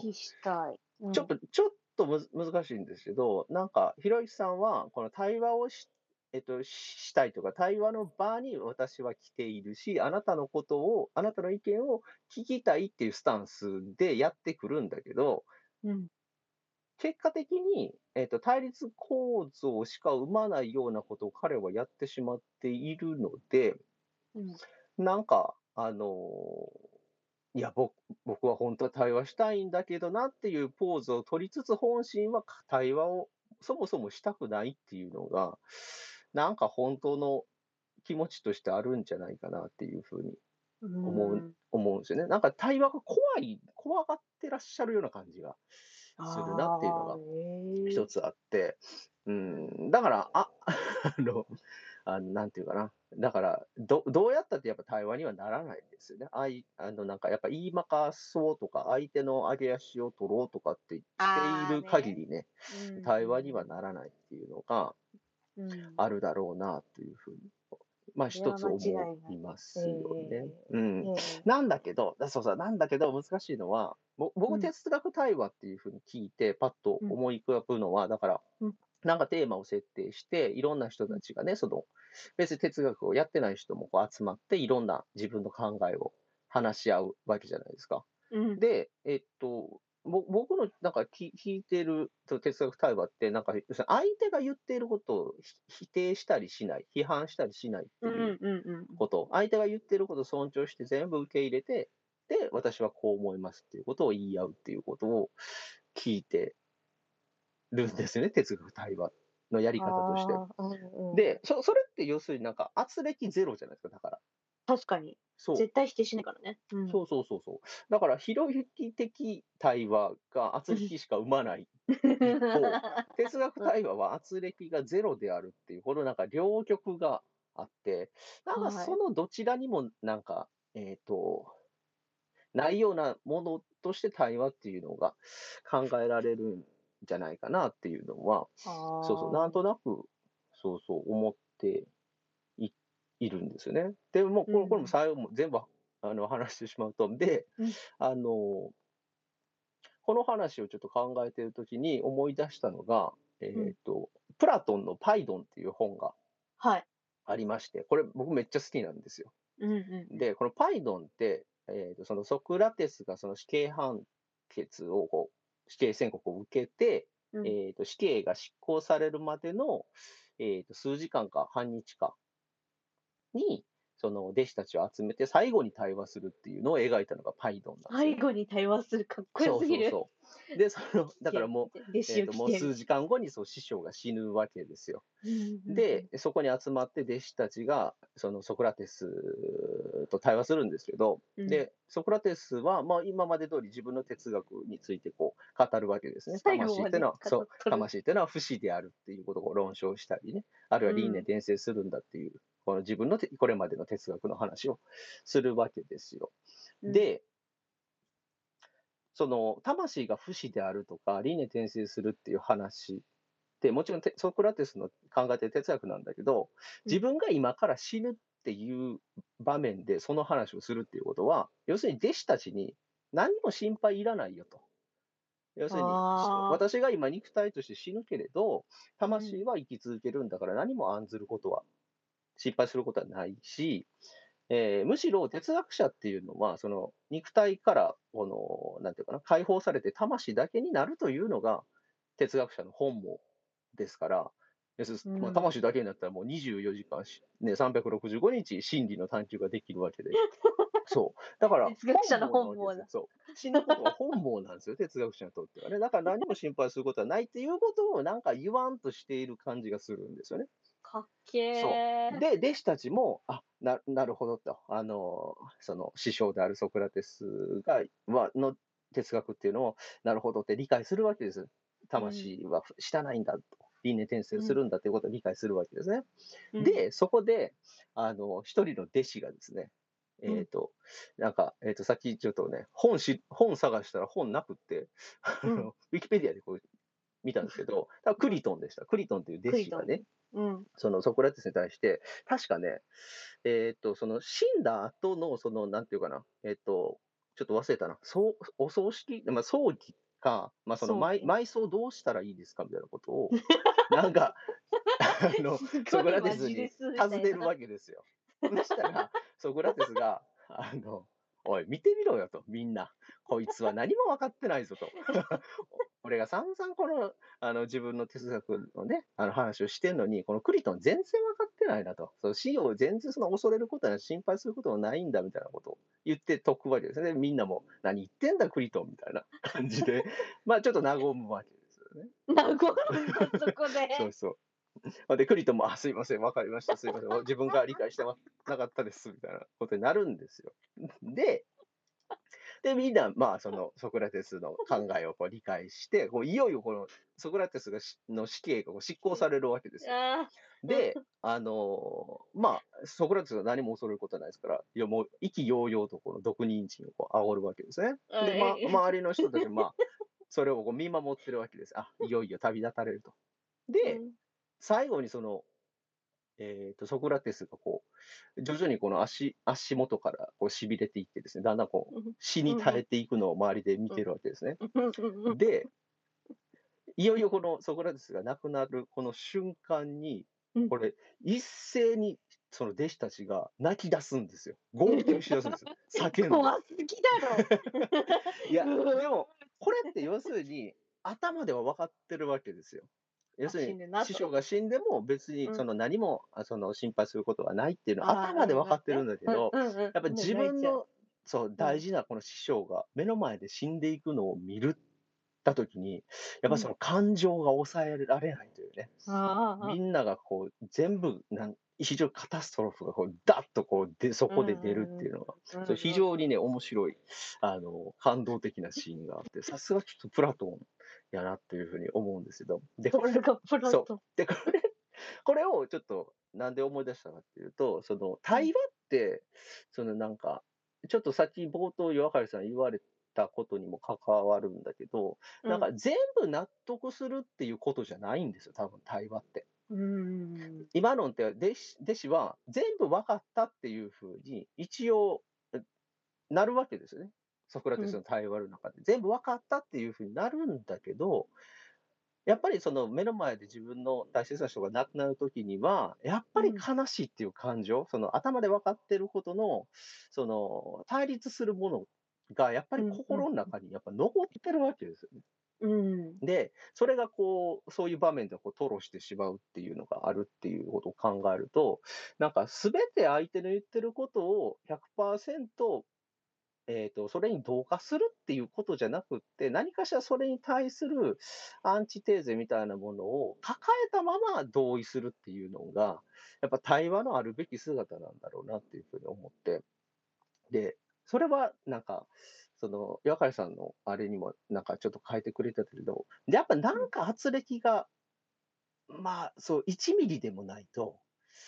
拒否したい。うんちょっと、ちょっとむず難しいんですけど、なんか、ひろゆきさんは、この対話をし,、えっと、したいとか、対話の場に私は来ているし、あなたのことを、あなたの意見を聞きたいっていうスタンスでやってくるんだけど、うん、結果的に、えっと、対立構造しか生まないようなことを彼はやってしまっているので、うん、なんか、あのーいや僕、僕は本当は対話したいんだけどなっていうポーズを取りつつ、本心は対話をそもそもしたくないっていうのが、なんか本当の気持ちとしてあるんじゃないかなっていうふうに思うん思うんですよね。なんか対話が怖い、怖がってらっしゃるような感じがするなっていうのがあーへー一つあって、うん、だから、あ、 あの、あのなんていうかな、だからど、どうやったってやっぱ対話にはならないですよね。あいあの、なんかやっぱ言いまかそうとか、相手の上げ足を取ろうとかって言っている限りね、うん対話にはならないっていうのがうんあるだろうなというふうに、まあそれ一はつ思間違いないいますよね。えうえん。えなんだけど、だそうそう、なんだけど難しいのは、ぼう僕、ん哲学対話っていうふうに聞いて、パッとうん思い浮かぶのは、だからうん、なんかテーマを設定して、いろんな人たちがね、その、別に哲学をやってない人もこう集まって、いろんな自分の考えを話し合うわけじゃないですか。うんで、えっと、ぼ僕のなんか聞聞いてると哲学対話って、なんか要するに相手が言っていることをひ否定したりしない、批判したりしないってういんううんうんこと、相手が言ってることを尊重して全部受け入れて、で、私はこう思いますっていうことを言い合うっていうことを聞いてるんですよね、哲学対話のやり方として。あーうんうんでそ、それって要するになんか圧力ゼロじゃないですか、だから。確かにそう。絶対否定しないからね。うん そうそうそうそう。だから、ひろゆき的対話が圧力しか生まない。哲学対話は圧力がゼロであるっていう、このなんか両極があって、なんかはいそのどちらにもなんか、えっ、と、ないようなものとして対話っていうのが考えられるんじゃないかなっていうのは、そそうそう、なんとなく、そうそう、思っていいるんですよね。でも、こうれんこれも最後も全部あの話してしまうと、で、うんあの、この話をちょっと考えているときに思い出したのが、えっ、んと、プラトンのパイドンっていう本がはい。ありまして、これ僕めっちゃ好きなんですよ。うんうで、このパイドンって、えー、とそのソクラテスがその死刑判決をこう、死刑宣告を受けて、うんえー、と死刑が執行されるまでの、えー、と数時間か半日かに、その弟子たちを集めて最後に対話するっていうのを描いたのがパイドンなんん。ですよ背後に対話するかっこよすぎる。そうそうそうで、その、だからもう、弟え子ーをとも来うてる数時間後にそう師匠が死ぬわけですよ。うんうんで、そこに集まって弟子たちがそのソクラテスと対話するんですけど、うんでソクラテスはまあ今まで通り自分の哲学についてこう語るわけですね。最後魂っまてでのはそう語る魂っていうのは不死であるっていうことを論証したりね、あるいは輪うん廻転生するんだっていう、この自分のてこれまでの哲学の話をするわけですよ。うんで、その魂が不死であるとか、輪廻転生するっていう話って、もちろんてソクラテスの考えてる哲学なんだけど、うん自分が今から死ぬっていう場面でその話をするっていうことは、要するに弟子たちに何も心配いらないよと。要するに、あー私が今肉体として死ぬけれど、魂は生き続けるんだから何も案ずることは、失敗することはないし、えーむしろ哲学者っていうのは、その肉体から、この、なんていうかな、解放されて魂だけになるというのが、哲学者の本望ですから、要するにまあうん魂だけになったらもう24時間し、ね、365日真理の探求ができるわけ で。そう。だから、哲学者の本なわ望けだですよそう。死ぬことは本望なんですよ、哲学者にとってはね。だから何も心配することはないっていうことをなんか言わんとしている感じがするんですよね。かっけー。で弟子たちもあななるほどとあのその師匠であるソクラテスが、まあの哲学っていうのをなるほどって理解するわけです魂は汚いんだと輪廻転生するんだということを理解するわけですね、うん、でそこであの一人の弟子がですねえっ、んと、なんか、えっ、と、さっきちょっとね、本し、本探したら本なくって、あうんのウィキペディアでこう見たんですけど、だからクリトンでした。クリトンという弟子がクリね、うん。そのソクラテスに対して、確かね、えっ、と、その死んだ後の、その、なんていうかな、えっ、と、ちょっと忘れたな、そうお葬式、まあ、葬儀か、まあ、その葬儀埋埋葬どうしたらいいですかみたいなこと を、なんか、あの、 すごいソクラテスマジレにスみたいな尋ねるわけですよ。 そしたら、ソクラテスが、あの、おい、見てみろよと、みんな。こいつは何も分かってないぞと。 俺が散々この、あの、自分の哲学のね、あの話をしてんのに、このクリトン全然分かってないなと。その死を全然その恐れることや心配することもないんだみたいなことを言って解くわけですね。みんなも、何言ってんだクリトンみたいな感じで、 まあちょっと和むわけですよね。なごるんだ、そこで。そうそう。 で、クリトンも、あ、すいません、わかりました、すいません、自分が理解してなかったです、みたいなことになるんですよ。 で、で、みんな、まあ、その、ソクラテスの考えをこう理解して、こういよいよこの、ソクラテスがしの死刑がこう執行されるわけですよ。あで、あのーまあ、ソクラテスが何も恐れることはないですから、いやもう意気揚々とこの毒人参をこう煽るわけですね。あで、ま、え周りの人たちも、まあ、それをこう見守ってるわけです。あ、いよいよ旅立たれると。で、うん最後にその、えー、とソクラテスがこう徐々にこの足足元からこう痺れていってですねだんだんこう死に耐えていくのを周りで見てるわけですね。うんでいよいよこのソクラテスが亡くなるこの瞬間にうんこれ一斉にその弟子たちが泣き出すんですよ。号泣し出すんです よ。叫んで。怖すぎだいやでろ。もこれって要するに頭では分かってるわけですよ。要する死んにでなと師匠が死んでも別にうんその何もあその心配することはないっていうのあーは頭で分かってるんだけどうんうんうん、やっやっぱ自分のそう大事なこの師匠が目の前で死んでいくのを見るった時にやっぱその感情が抑えられないというねああみんながこう全部なん非常にカタストロフがこうダッとこうでそこで出るっていうのがうんうんそう非常にね、面白い、あの、感動的なシーンがあって、さすがちょっとプラトンやなっていうふうに思うんですけど、で、これ、そこプロそうとでこれ、これをちょっと、なんで思い出したかっていうと、その、対話って、そのなんか、ちょっとさっき冒頭、岩刈さん言われたことにも関わるんだけど、なんか全部納得するっていうことじゃないんですよ、多分対話って。うんうん今のって弟子弟子は全部分かったっていうふうに一応えなるわけですよね。ソクラテスの対話の中で、全部分かったっていうふうになるんだけどやっぱりその目の前で自分の大切な人が亡くなる時にはやっぱり悲しいっていう感情、その頭で分かってることのその対立するものがやっぱり心の中にやっぱ残ってるわけですよねうんで、それがこう、そういう場面でこう吐露してしまうっていうのがあるっていうことを考えると、なんか全て相手の言ってることを100%、えー、とそれに同化するっていうことじゃなくって何かしらそれに対するアンチテーゼみたいなものを抱えたまま同意するっていうのがやっぱ対話のあるべき姿なんだろうなっていうふうに思ってでそれはなんかその岩刈さんのあれにもなんかちょっと変えてくれたけどでやっぱなんか圧力がまあそう1ミリでもないと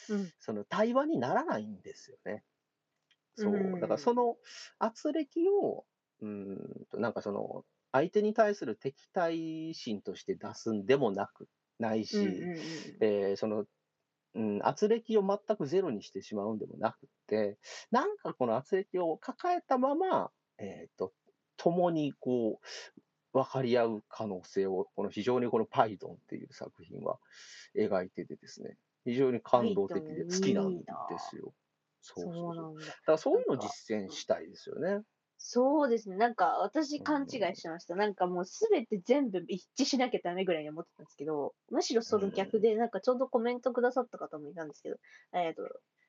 うんその対話にならないんですよね。そうう。んだからその圧力を、うーんと、なんかその、相手に対する敵対心として出すんでもなく、ないし、うんうんうんえーその、うん、圧力を全くゼロにしてしまうんでもなくって、なんかこの圧力を抱えたまま、えっ、と、共にこう、分かり合う可能性を、この非常にこのパイドンっていう作品は描いててですね、非常に感動的で好きなんですよ。そうそうそうそう。だなんだからそういうのを実践したいですよね。そうですねなんか私勘違いしてました、なんかもうすべて全部一致しなきゃダメぐらいに思ってたんですけどむしろその逆で、なんかちょうどコメントくださった方もいたんですけどえっ、と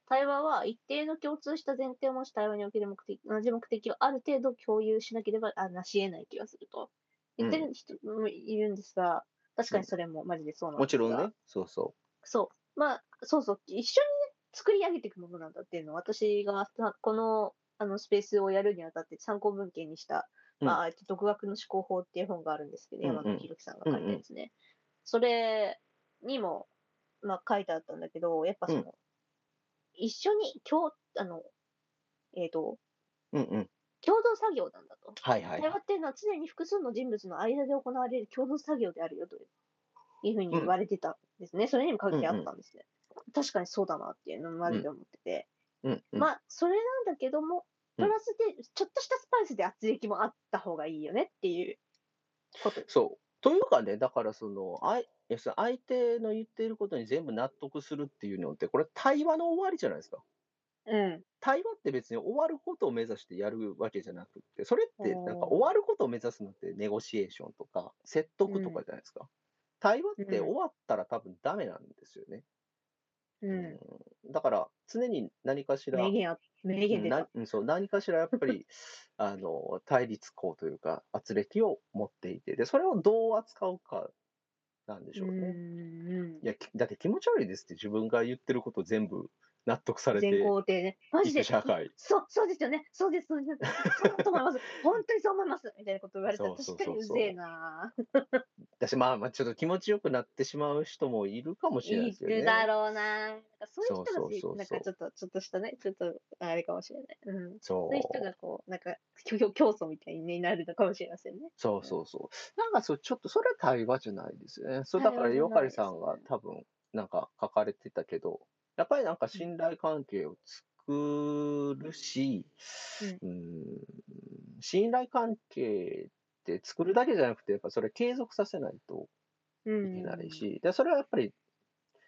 対話は一定の共通した前提を持ち対話における目的同じ目的をある程度共有しなければあなし得ない気がすると言ってる人もいるんですが、確かにそれもマジでそうなんもですちがろんね、そうそそう。まあ、そうそう、一緒にね、作り上げていくものなんだっていうのを、私がさこの、あの、スペースをやるにあたって参考文献にした、まあ、えっと独学の思考法っていう本があるんですけど、うんうん山口博樹さんが書いたやつね。それにも、まあ、書いてあったんだけど、やっぱその、うん一緒に、共、あの、えっ、と、うんうん。共同作業なんだと。はいはい対。話っていうのは常に複数の人物の間で行われる共同作業であるよといういうふうに言われてたんですね。それにも関係あったんですね。確かにそうだなっていうのをマジで思ってて。うんうん。まあ、それなんだけども、うプんラスで、ちょっとしたスパイスで圧力もあった方がいいよねっていうこと。そう。というかね、だからその、あいいやその相手の言っていることに全部納得するっていうのって、これ対話の終わりじゃないですか。うん。対話って別に終わることを目指してやるわけじゃなくって、それってなんおかー終わることを目指すのってネゴシエーションとか説得とかじゃないですか。対話ってうん終わったら多分ダメなんですよね。うん。うんだから常に何かしら、名言あ、名言出なた。うんそう何かしらやっ ぱりあの対立項というか圧力を持っていてでそれをどう扱うかなんでしょうね。うんいやきだって気持ち悪いですって自分が言ってること全部納得されて全肯定ね。マジいくで。社会。そう、そうですよね。そうです、そうです。そうだと思います。本当にそう思います。みたいなこと言われたら、そうそう確そうかそうにうぜえなだしまあまあちょっと気持ちよくなってしまう人もいるかもしれないいですよね。るだろうななんかそういう人そがうそうそうそうなんかちょっと、ちょっとしたね、ちょっと、あれかもしれない。うん。そそういう人がこう、なんか、競競争みたいになるのかもしれませんね。そうそうそう。なんかそう、ちょっとそれは対話じゃないですよね。そうだか対ら、話じゃヨなカいリですねさんが多分、なんか書かれてたけど、やっぱりなんか信頼関係を作るし、うーん、信頼関係って作るだけじゃなくて、やっぱそれ継続させないとういん。けないし、でそれはやっぱり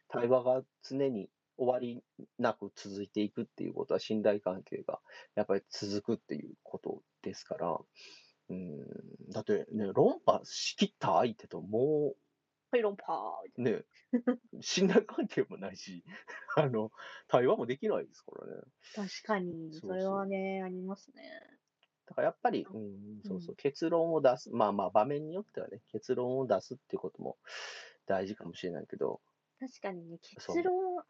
対話が常に終わりなく続いていくっていうことは信頼関係がやっぱり続くっていうことですから、うん、だってね、論破しきった相手ともペロンパーみうね、信頼関係もないし、あの、対話もできないですからね。たいな。確かに、そうそそうれはね、ありますね。だからやっぱり、うん、そうそう、結論を出す、まあまあ場面によってはね、結論を出すっていうことも大事かもしれないけど、確かにね、そう結論、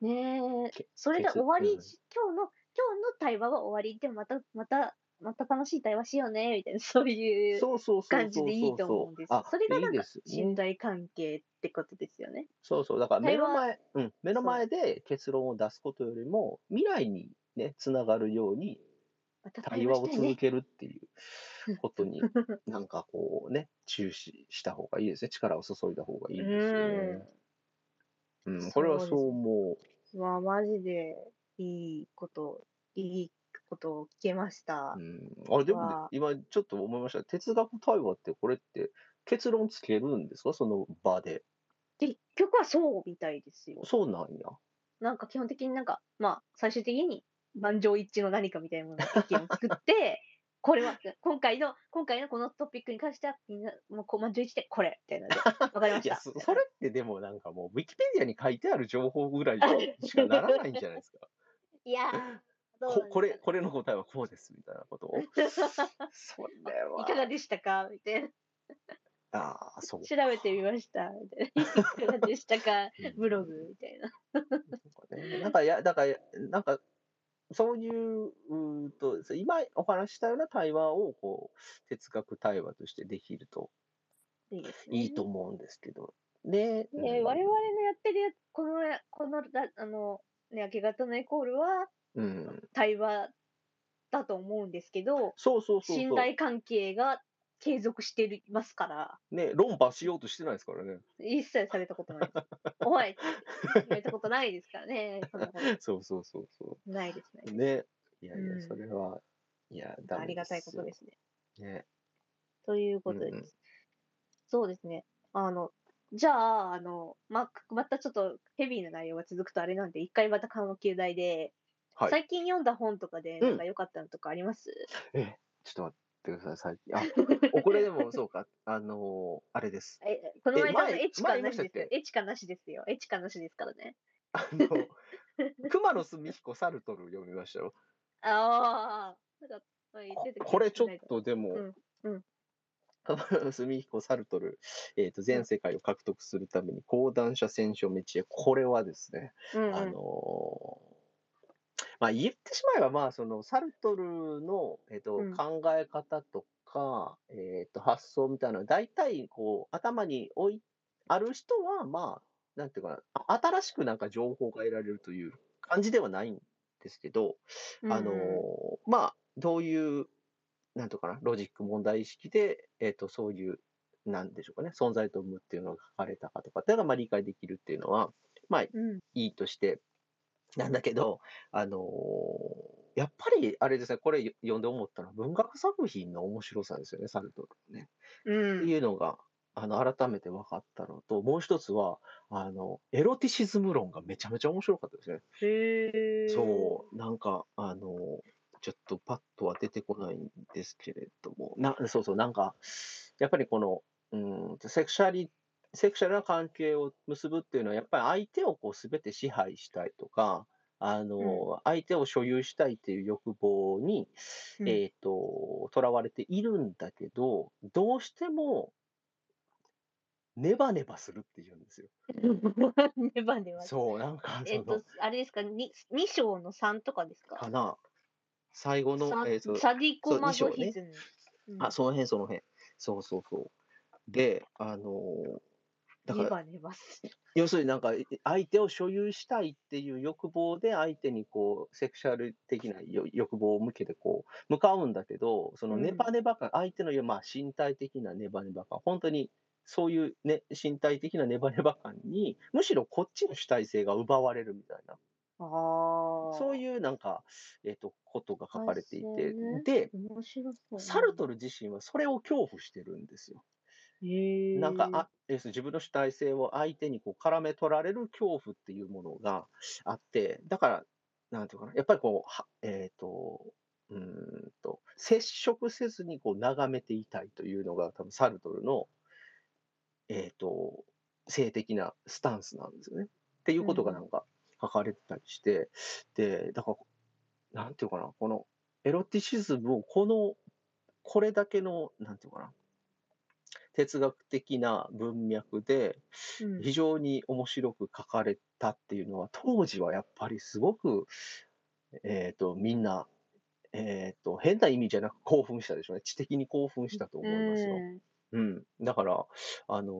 ねえけそれで結終わり、うんし今日の、今日の対話は終わりで、また、また、また楽しい対話しようね、みたいな、そういうそうそうそうそうそう。感じでいいと思うんですよあ。それがなんいいかです、ね信頼関係ってことですよね。そうそう、だから目対話の前、うん、目の前で結論を出すことよりも、未来にね、つながるようにまた対話をしたい続ね。けるっていうことに、なんかこうね、注視した方がいいですね。力を注いだ方がいいですよね。んうん、これはそそうですうね思うん。まあ、マジで、いいこと、いいことを聞けましたう。。うん、あでもねわあ、今ちょっと思いました。哲学対話ってこれって結論つけるんですかその場で。結局はそうみたいですよ。そうなんや。なんか基本的になんか、まあ、最終的に満場一致の何かみたいなものの意見を作 って、これは、今回の、今回のこのトピックに関しては、みんな、もうこう満場一致でこれみたいなので、わかりま いしやた。そみたいなそれってでもなんかもうウィキペディアに書いてある情報ぐらいしかならないんじゃないですか いやー、どうなんですかこねこれ、これの答えはこうですみたい なことを。それは。いかがでしたかみ たいな。ああ、そう。調べてみました。みたいな。いかがでしたか ブログみたいな。うんなんか、や、だから、なんか、そういう、うーんと、そう今お話ししたような対話を、こう、哲学対話としてできるといいですね。いいと思うんですけど。ね、ね、うん我々のやってるやつ、この、このラ、あの、ね、明け方のイコールはうん。対話だと思うんですけど、そうそうそう信そう。頼関係が継続していますから、ね、論破しようとしてないですからね。一切されたことない です。おい言われたことないですからね。そんなことそうそうそうそないですね う。。ね。いやいうやん、それは、いや、ダあメりがたいことですすね。よ。ね。ということです。うんうんそうですね。あの、じゃあ、あの、ま、またちょっとヘビーな内容が続くとあれなんで、一回また緩和球大で、はい最近読んだ本とかで、うんなんか良かったのとかあります、ちょっと待ってください、最近。あ、 おこれでもそうか、あのーあれです。えこのえ間の前エチカ前言いなまししたでっすよけ。エチカなしですよ。エチカなしですからね。あの、熊野澄彦サルトル読みました よ。ああ、なんかまあ言っこてた気がこれちょっしないけどとでも、うんうん田原純彦サルトル、えーと、全世界を獲得するために講談社選書道へ、これはですね、うんうんあのーまあ、言ってしまえば、まあ、そのサルトルの、えっとうん考え方とか、えっと発想みたいなのは大体こう頭に置いある人は、まあ、なんていうかなあ、新しくなんか情報が得られるという感じではないんですけど、うんあのーまあ、どういう、なんとかな、ロジック問題意識で、えっ、と、そういう、なんでしょうかね、存在と生むっていうのが書かれたかとかっていうのが、まあ、理解できるっていうのは、まあ、いうんいとして、なんだけど、あのーやっぱり、あれですね、これ読んで思ったのは、文学作品の面白さですよね、サルトルのね。うんっていうのが、あの、改めて分かったのと、もう一つは、あの、エロティシズム論がめちゃめちゃ面白かったですね。へーそう、なんか、あの、ちょっとパッとは出てこないんですけれども、なそうそう、なんか、やっぱりこの、うん、セクシャリ、セクシャルな関係を結ぶっていうのは、やっぱり相手をこう全て支配したいとか、あの、う相手を所有したいっていう欲望に、うんえっ、と、とらわれているんだけど、どうしても、ネバネバするっていうんですよ。 ネバネバ。そう、なんか、えそっとの、、あれですか、に二章の三とかですかかな、最後の、サえーとサディコマそドう二章ねヒズム。うんあ、その辺、その辺。そうそうそう。で、あのーだかネら、バネバする。要するになんか、い相手を所有したいっていう欲望で、相手にこう、セクシャル的な欲欲望を向けて、こう、向かうんだけど、そのうんネバネバ感、相手の、まあ、身体的なネバネバ感、本当に、そういう、ね、身体的なネバネバ感に、むしろこっちの主体性が奪われるみたいな、ああ。そうう。いうなんか、えっ、と、ことが書かれていあて、そうねで、面白そう。サルトル自身はそれを恐怖してるんですよ。へえ。なんか、あ要するに自分の主体性を相手にこう絡め取られる恐怖っていうものがあって、だから、なんていうかな、やっぱりこう、はえっ、と、うーんと、接触せずにこう眺めていたいというのが、多分サルトルの、えっ、と、性的なスタンスなんですよね。っていうことがなんか書かれてたりして、で、だから、なんていうかな、このエロティシズムをこの、これだけの、なんていうかな、哲学的な文脈でうん非常に面白く書かれたっていうのは当時はやっぱりすごく、えー、とみんな、えー、と変な意味じゃなく興奮したでしょうね知的に興奮したと思いますよ。うんうん、だから、あの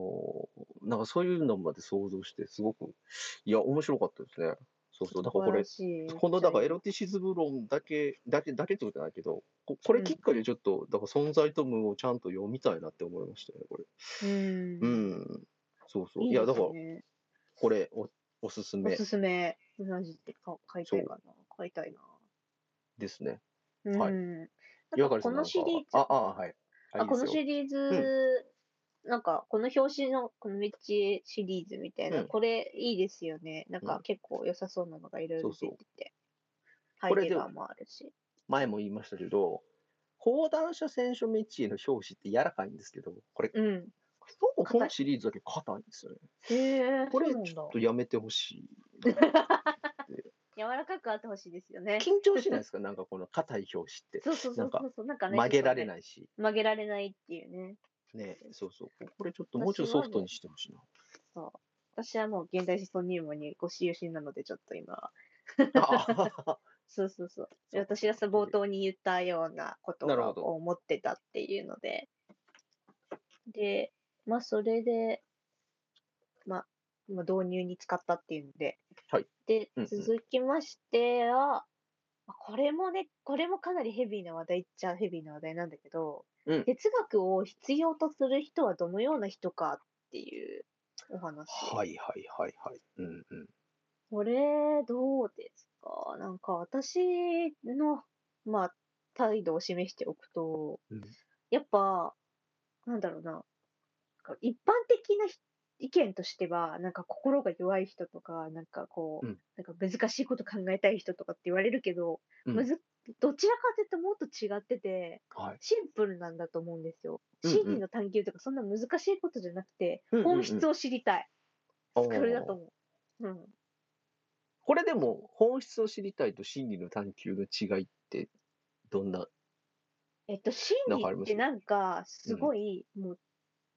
ーなんかそういうのまで想像してすごくいや面白かったですね。そうそうだからこれ素晴らしいこのだからエめっロティシズム論だけだけだけってことじゃないけどここれきっかけでちょっと、だから存在と無をちゃんと読みたいなって思いましたねこれ。ちゃいいうんうん。そうそう。いいや、でだすから、ねこれお、おすすおめすすめ。マジでか買いたいかな。買いたいな。ですね。うはいん。な岩んか刈こさんなのんかシリーズ。あ、あ、はい。あ、このリーシリーズ、なんか、この表紙の、このミッチシリーズみたいな、うんこれいいですよね。なんうかん、結構良さそうなのがいろいろそ出うそうてて。これハイでデもガーもあるし。前も言いましたけど、講談社選書メッチへの表紙って柔らかいんですけど、これ、うん。そう硬いこのシリーズだけ硬いんですよね。へえ、これ、そうなんちだょっとやめてほしいな。柔らかくあってほしいですよね。緊張しないですかなんかこの硬い表紙って。そうそうそうそうそう。なんかね、曲げられい。ないし。曲げられないっていうね。ね、そうそう。これちょっともうちょっとソフトにしてほし いな。そう。私はもう現代思想入門にご私有心なので、ちょっと今。あそうそうそう。そう私がさ冒頭に言ったようなことなるほをど思ってたっていうので。で、まあ、それで、まあ、まあ、導入に使ったっていうので。はいでうんうん、続きましては、まあこれもね、これもかなりヘビーな話題っちゃヘビーな話題なんだけど、うん哲学を必要とする人はどのような人かっていうお話。はいはいはいはい。うんうん。これ、どうですかなんか私の、まあ、態度を示しておくと、うんやっぱ、なんだろうな、なんか一般的なひ意見としては、なんか心が弱い人とか、なんかこう、うんなんか難しいこと考えたい人とかって言われるけど、うんむずどちらかというともっと違ってて、はい。シンプルなんだと思うんですよ。うんうん真理の探求とかそんな難しいことじゃなくて、うんうんうん本質を知りたい。あそーれだと思う。うん。これでも本質を知りたいと真理の探求の違いってどんなえっと、心なんかあ理りっますてなんか、すごい、もう、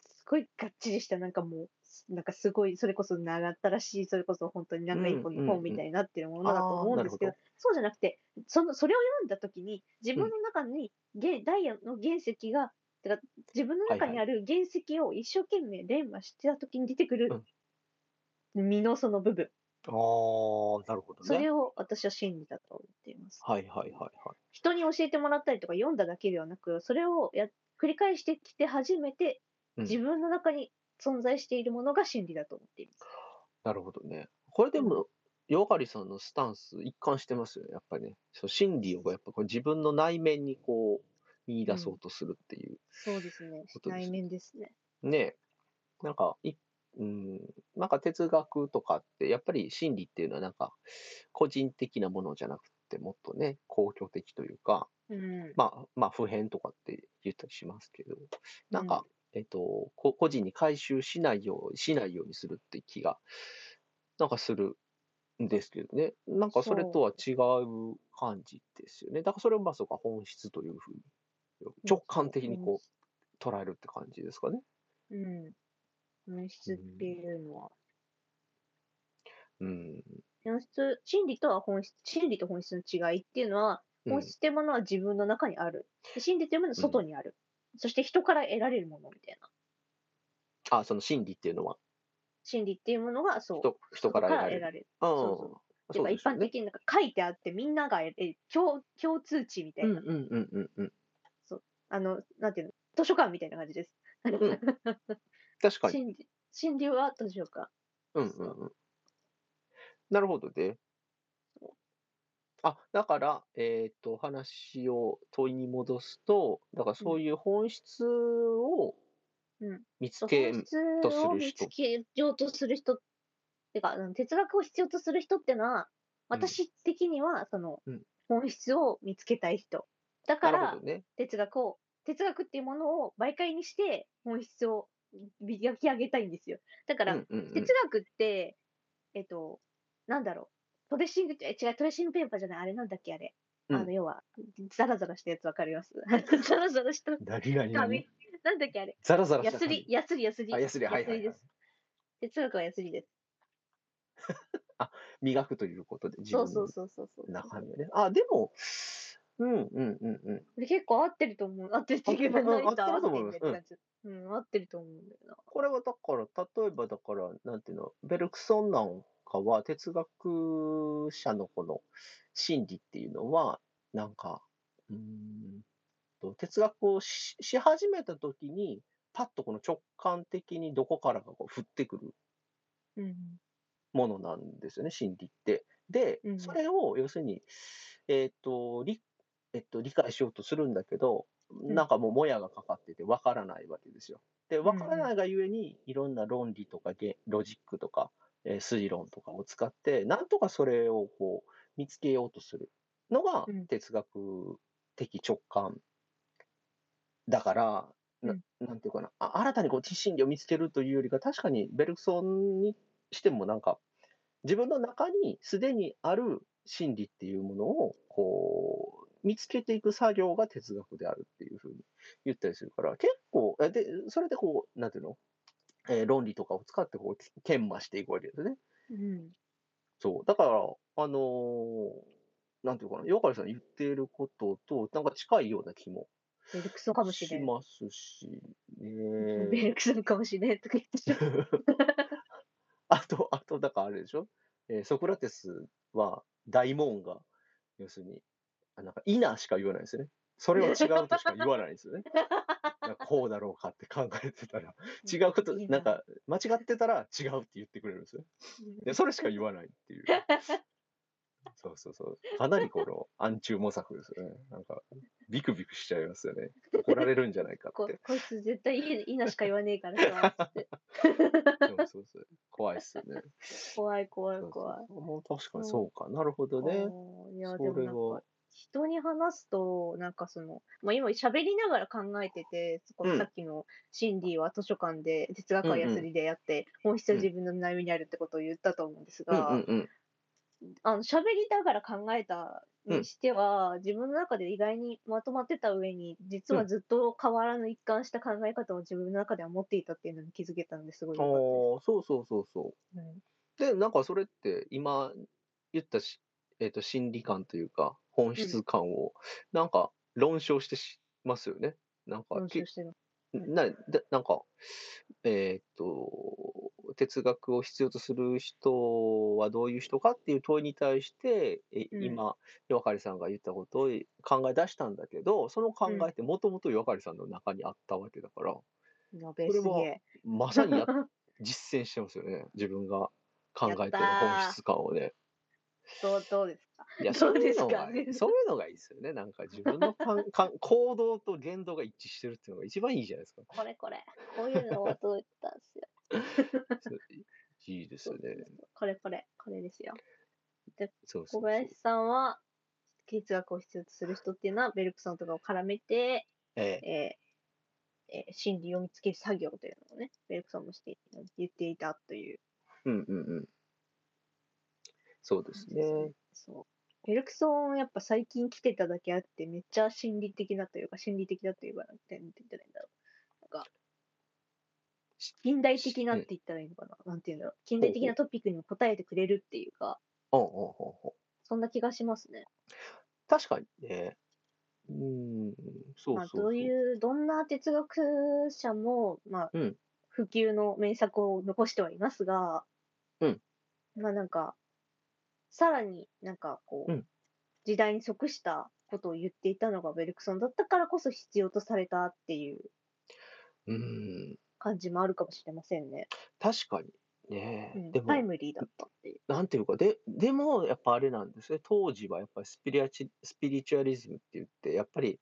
すごいがっちりした、なんかもう、なんかすごい、それこそ習ったらしい、それこそ本当になんか一本うんのうん本みたいになってるものだと思うんですけど、あーなるほどそうじゃなくて、その、それを読んだときに、自分の中に、げダイヤの原石が、てか自分の中にある原石を一生懸命練磨してたときに出てくる、身のその部分、ああ、なるほどそね。れを私は心理だと思っています。はいはいはいはい。人に教えてもらったりとか読んだだけではなく、それをや繰り返してきて初めてうん自分の中に存在しているものが真理だと思っています。なるほどね。これでも、ヨガリさんのスタンス一貫してますよね、やっぱりね。そう心理をやっぱこう自分の内面にこう見出そうとするっていう。そうですねそうです。ね内面ですね。ねえなんかい、うん、なんか哲学とかって、やっぱり心理っていうのはなんか個人的なものじゃなくて、もっとね、公共的というか、うん。まあ、まあ、普遍とかって言ったりしますけど、なんか、えっと、こ個人に回収しないよう、しないようにするって気が、なんかするんですけどね。なんかそれとは違う感じですよね。だからそれをまあ、そうか、本質というふうに、直感的にこう、捉えるって感じですかね。う。うん。本質っていうのは、うん。本質、真理とは本質、真理と本質の違いっていうのは、うん本質っていうものは自分の中にある。で真理っていうものは外にある。そして人から得られるものみたいな。あ、その心理っていうのは、真理っていうものが、そう。人人から得られ人る。る。ああそうそうてか一般的になんか書いてあってみんながええ共共通値みたいうんな、うんうんうんうん。あのなんていうの図書館みたいな感じです。ん確かに。心理心理は図書館。うんうんうん。なるほどね。あ、だから、えっ、と、話を問いに戻すと、だからそういう本質をうん、見つそうけ、本質とする人を見つけようとする人てかあの哲学を必要とする人ってのはうん私的にはその、うん本質を見つけたい人だかなるらほどね。哲学を哲学っていうものを媒介にして本質を磨き上げたいんですよ。だから、うんうんうん哲学って、えっと、なんだろう。トレッシング、え違う、トレッシングペーパーじゃない、あれなんだっけ、あれ。うんあの、要は、ザラザラしたやつわかりますザラザラした何が紙。なんだっけ、あれ。ザラザラやしたすり、やすり、やすり。あやすりはいはいはいです。哲学はやすりです。磨くということで、自そう分そうのそうそうそう。中身をね。あ、でも、うんうんうんうん。これ結構合ってると思う。合ってるっていうか、うんうん何と合合わってるせと思ていんだますって感じ。うん、合ってると思うんだよな。これはだから、例えばだから、なんていうの、ベルクソンなんかは、哲学者のこの心理っていうのは、なんか、うーんと、哲学をしし始めた時に、パッとこの直感的にどこからかこう降ってくるうん。ものなんですよね、心理って。でう、んそれを要するに、えっ、と、理えっと、理解しようとするんだけど、んなんかもうもやがかかっててわからないわけですよ。で、わからうんうんないがゆえに、いろんな論理とかげロジックとか、えー推論とかを使って、なんとかそれをこう見つけようとするのがうん哲学的直感。だから、なうんなんていうかな、あ新たにこう心理を見つけるというよりか、確かにベルクソンにしてもなんか自分の中にすでにある心理っていうものをこう見つけていく作業が哲学であるっていうふうに言ったりするから結構えでそれでこうなんていうの、えー論理とかを使ってこうき研磨していくわけですね。うん。そうだからあのーなんていうかな、ヨカリさん言っていることと、なんか近いような気もベルクソンかもししれん。ますしベ ね。 ルクソンかもしれんとか言ってしまうあと、あと、だからあれでしょ、えーソクラテスは大門が、要するに、あなんか、イナしか言わないですよね。それは違うとしか言わないですよね。なんかこうだろうかって考えて たら、違うこと、いいなんか、間違ってたら違うって言ってくれるんですよ。で、それしか言わないっ ていう。そうそうそう。かなりこの暗中模索ですよね。なんか、ビクビクしちゃいますよね。怒られるんじゃないかっこて。こいつ絶対いいいいなしか言わねえからさつってそうそうそう。怖いっすよね。怖い怖いそう怖い。そうもう確かにうんそうか。なるほどね。おーいやそでもれなんはか人に話すとなんかその、まあ、今喋りながら考えててそこうんさっきのシンディは図書館で哲学はやすりでやって、本質は自分の内面にあるってことを言ったと思うんですうんが、うんうん。あの喋りながら考えたにしては、自分の中で意外にまとまってた上に、実はずっと変わらぬ一貫した考え方を自分の中では持っていたっていうのに気づけたんですごいああ良かったでそうそうそうそす。うんうでなんかそれって今言ったし、えっと心理感というか本質感をなんか論証してしますよねなんか論き証してる。うんなだなんか、えーっと、哲学を必要とする人はどういう人かっていう問いに対して、えうん今、岩刈さんが言ったことを考え出したんだけど、その考えってもともと岩刈さんの中にあったわけだから、やべえ、これすはげえ。ま さにや実践してますよね、自分が考えてる本質感をね。どう、どうですかいや、どそううでいうすのかが、そういうのがいいですよね。なんか自分のかんかん行動と言動が一致してるっていうのが一番いいじゃな いですか。これこれ。こういうのを届いてたんですよ。そういいですそようそうねそう。これこれ。これですよ。そうそ小うそう林さんは、哲学を必要とする人っていうのは、ベルクソンとかを絡めて、ええ、えーえー真理を見つける作業というのをね、ベルクソンもして言っていたという。うんうんうん。そうですね。そう。ベルクソンやっぱ最近来てただけあって、めっちゃ心理的なというか、心理的だというか、なんて言ったらいいんだろう。なんか、近代的なって言ったらいいのかな、なんて言うんだろう。近代的なトピックにも答えてくれるっていうか、うんうんうんうん。そんな気がしますね。確かにね。うん、そうまそあう、そう。どういう、どんな哲学者も、まあ、うん普及の名作を残してはいますが、うんまあなんか、さらになんかこう、うん時代に即したことを言っていたのがベルクソンだったからこそ必要とされたっていううん、感じもあるかもしれませんね。確かに。ねうんでもタイ、ムリーだったっていう。なんていうか、で、でも、やっぱあれなんですね。当時はやっぱりスピリアチ、スピリチュアリズムって言って、やっぱり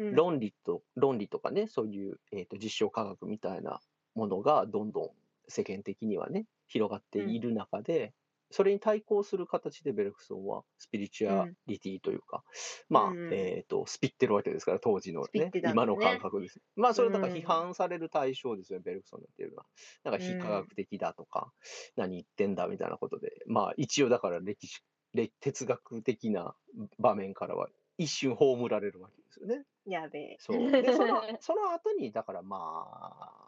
うん論理と、論理とかね、そういう、えー、と実証科学みたいなものがどんどん世間的にはね、広がっている中で、それに対抗する形でベルクソンはスピリチュアリティというか、まあ、うんうんえっ、と、スピってるわけですから、当時のスピっね、てたんだ今のね感覚です。まあ、それだからうん批判される対象ですよね、ベルクソンっていうのは。なんか非科学的だとか、何言ってんだみたいなことで、まあ、一応だから歴史、歴哲学的な場面からは一瞬葬られるわけですよね。やべえ。 そう。で、その、その後に、だからまあ、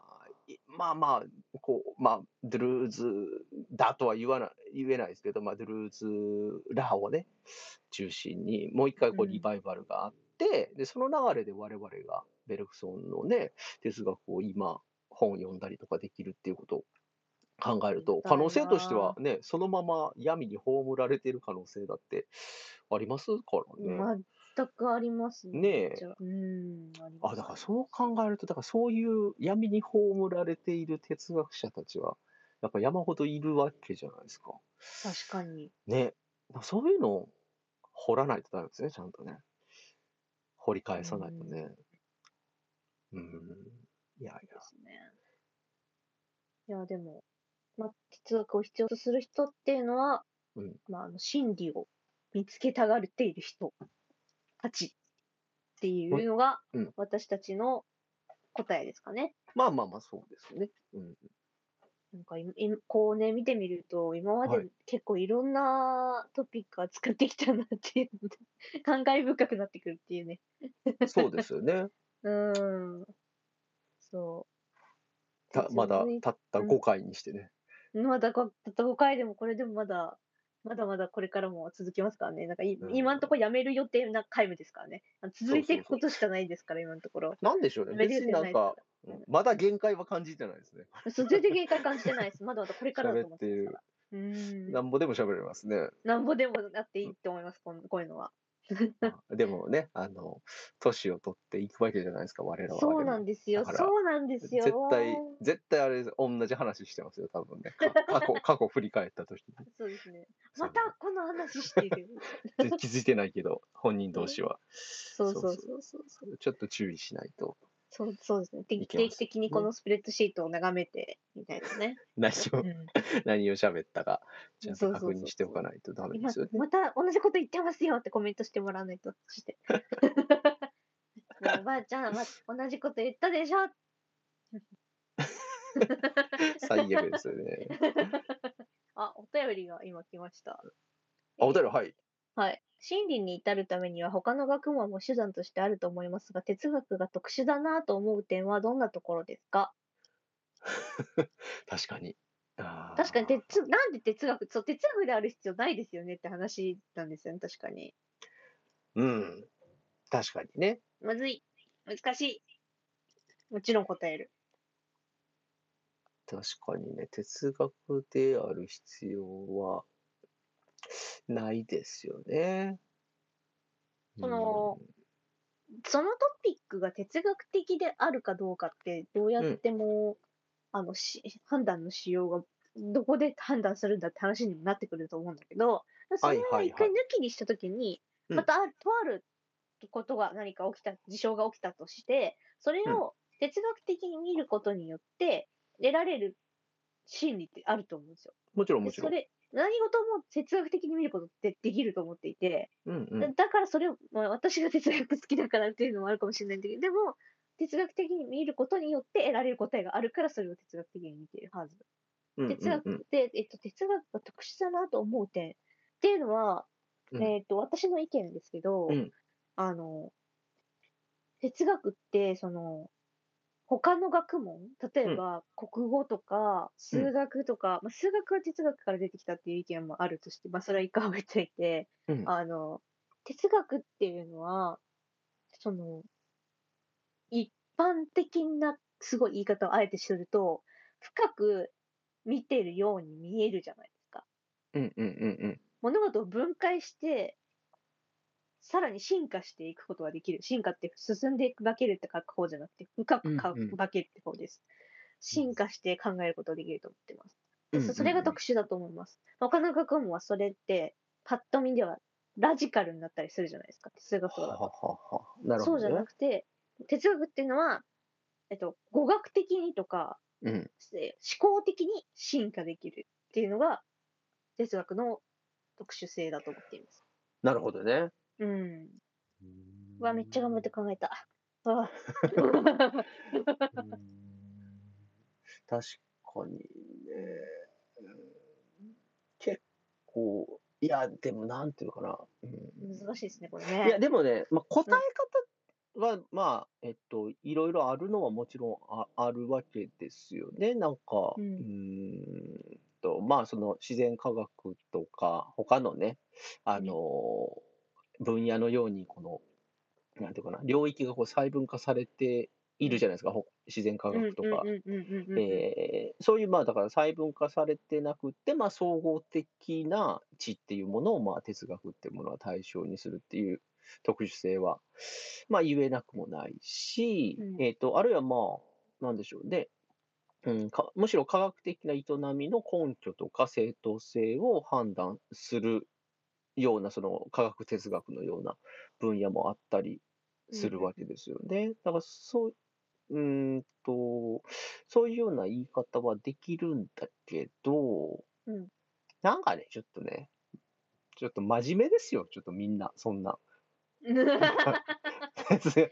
いまあまあ、こう、まあ、ドゥルーズだとは言わな、言えないですけど、まあ、ドゥルーズらをね、中心に、もう一回こう、うんリバイバルがあって、で、その流れで我々が、ベルクソンのね、哲学を今、本読んだりとかできるっていうことを考えるみと、たい可能性としてなはね、そのまま闇に葬られてる可能性だってありますからね。全くありますね。ねえめっちゃうん、ありますあだからそう考えるとだからそういう闇に葬られている哲学者たちはやっぱ山ほどいるわけじゃないですか。確かに。ね。だからそういうのを掘らないとダメですねちゃんとね。掘り返さないとね。うん。いやいや。ですね。いや、でも、まあ、哲学を必要とする人っていうのは、うんまあ、あの真理を見つけたがっている人たちっていうのが、うんうん私たちの答えですかね。まあまあまあそうですね。うん。なんかい、いこうね、見てみると、今まはでい結構いろんなトピック扱ってきたなっていうので、 感慨深くなってくるっていうね。そうですよ ね。うん。そう。たまだ続いてたった5回にしてね。まだこたった5回でもこれでもまだ、まだまだこれからも続きますからね。なんかい、うん今のところやめる予定な回目ですからね。あの続いていくそこうとしかないですから、今のところ。なんでしょうね。別になやんか、める予定ないですからうんまだ限界は感じてないですね。そう全然限界感じてないです。まだまだこれからだと思ってます から。う。なんんぼでも喋れますね。なんぼでもなっていいと思います、こんこういうのは。ま あでもね、あの、年を取っていくわけじゃないですか、我々は。そうなんでですよ。だからそうなんですよ。絶対、絶対あれです、同じ話してますよ、多分ね。か 過去、過去振り返った時に。そうですね。そうまたこの話して る。で気づいてないけど、本人同士は。そうそうそうそうそう。ちょっと注意しないと。そうそうですね。定いけます定期的にこのスプレッドシートを眺めて、みたいなね。何うを、ん 何を喋ったか、ちゃんそとうそう確そう認しておかないとダメで今 すよね。また同じこと言ってますよってコメントしてもらわないと して。もうおばあちゃん、ま、同じこと言ったでし ょ最悪ですよね。あ、お便りが今来ました。あ、お便り、はい。はい。真理に至るためには他の学問も手段としてあると思いますが、哲学が特殊だなと思う点はどんなところですか確かに。あー確かに哲、なんで哲学、そう、哲学である必要ないですよねって話なんですよね、確かに。うん。確かにね。むずい。難しい。もちろん答える。確かにね。哲学である必要はないですよね。そのそのトピックが哲学的であるかどうかって、どうやっても、あのし、判断のしようが、どこで判断するんだって話にもなってくると思うんだけど、それはをい一回抜きにしたときに、うんまたある、とあることが何か起きた、事象が起きたとして、それを哲学的に見ることによって、得られる心理ってあると思うんですよ。うん。もちろんでもちろそん。れ、何事も哲学的に見ることってできると思っていて、うんうだん。だからそれを、まあ、私が哲学好きだからっていうのもあるかもしれないんだけど、でも、哲学的に見ることによって得られる答えがあるから、それを哲学的に見ているはず。うん哲うんう学んって、えっと、哲学が特殊だなと思う点っていうのは、うんえっと、私の意見ですけど、うんあの、哲学って、その、他の学問例えば、国語とか、数学とか、まあ、数学は哲学から出てきたっていう意見もあるとして、まあ、それは一回置いといて、うんあの、哲学っていうのは、その、一般的な、すごい言い方をあえてすると、深く見てるように見えるじゃないですか。うんうんうん物事を分解して、さらに進化していくことができる。進化って進んでいく化けるって書く方じゃなくて、深くかうんうん化けるって方です。進化して考えることができると思ってます。うでん。そそれが特殊だと思います。他の学問はそれって、パッと見ではラジカルになったりするじゃないですか、哲学ははは。はは。なるそほうじゃどなね。くて、哲学っていうのは、えっと、語学的にとか、うん。え思考的に進化できるっていうのが、哲学の特殊性だと思っています。なるほどね。うん。ううわ、めっちゃ頑張って考えた。うわーん確かにね。うん結構、いや、でもなんていうのかな。うん難しいですね、これいや、ね。でもね、まあ、答え方は、まあ、えっと、いろいろあるのはもちろんああるわけですよね。なんか、ううんーん、と、まあ、その自然科学とか、他のね、あの、分野のように、この、なんていうかな、領域がこう細分化されているじゃないですか、ほ自然科うん学とか。うんうんうんうんうんえーそういうまあだから細分化されてなくって、まあ、総合的な知っていうものをまあ哲学っていうものは対象にするっていう特殊性は、まあ、言えなくもないし、うんえー、とあるいはまあなんでしょうね、うん、かむしろ科学的な営みの根拠とか正当性を判断するようなその科学哲学のような分野もあったりするわけですよね。だからそううーんとそういうような言い方はできるんだけど、うんなんかねちょっとねちょっと真面目ですよちょっとみんなそんな 哲哲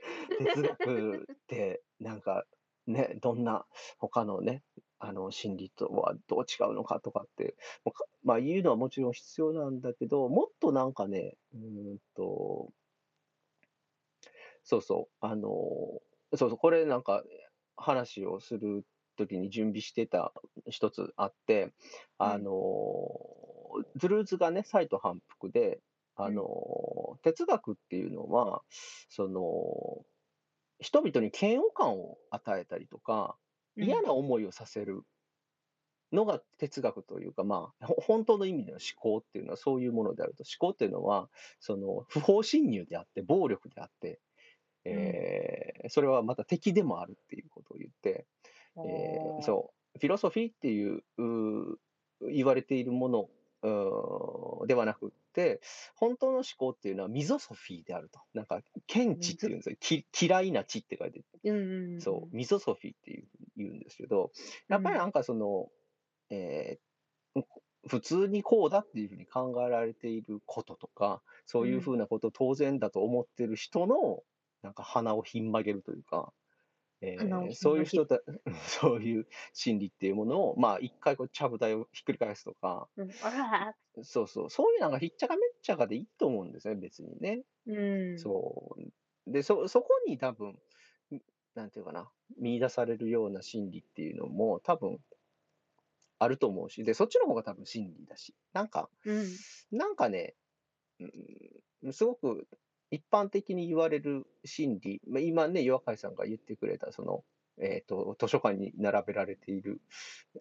学ってなんかねどんな他のねあの心理とはどう違うのかとかってもうかまあ言うのはもちろん必要なんだけどもっとなんかねうーんとそうそうあのそうそうこれなんか話をする時に準備してた一つあってあの、ズルーズがねサイト反復であの、哲学っていうのはその人々に嫌悪感を与えたりとか嫌な思いをさせるのが哲学というか、まあほ本当の意味での思考っていうのはそういうものであると思考っていうのはその不法侵入であって暴力であって、えーそれはまた敵でもあるっていうことを言って、えーそうフィロソフィーっていううー言われているものうーではなくって本当の思考っていうのはミゾソフィーであるとなんか見地っていうんですよき嫌いな地って書いてうんうんうん。そうミゾソフィーっていう言うんですけどやっぱりなんかその、えー普通にこうだっていうふうに考えられていることとかそういうふうなことを当然だと思ってる人のなんか鼻をひん曲げるというか、え花をーひそうろいうげ人た そういう心理っていうものを、まあ、一回こうちゃぶ台をひっくり返すとか、うん、あらそうそう、そういうのがひっちゃかめっちゃかでいいと思うんですね、別にね。うん。そう。で、そ、そこに多分、んなんていうかな、見出されるような心理っていうのも多分あると思うし、で、そっちの方が多分真理だし、なんか、うん。なんかね、うん、すごく一般的に言われる心理、まあ、今ね、岩海さんが言ってくれた、その、えっ、と、図書館に並べられている、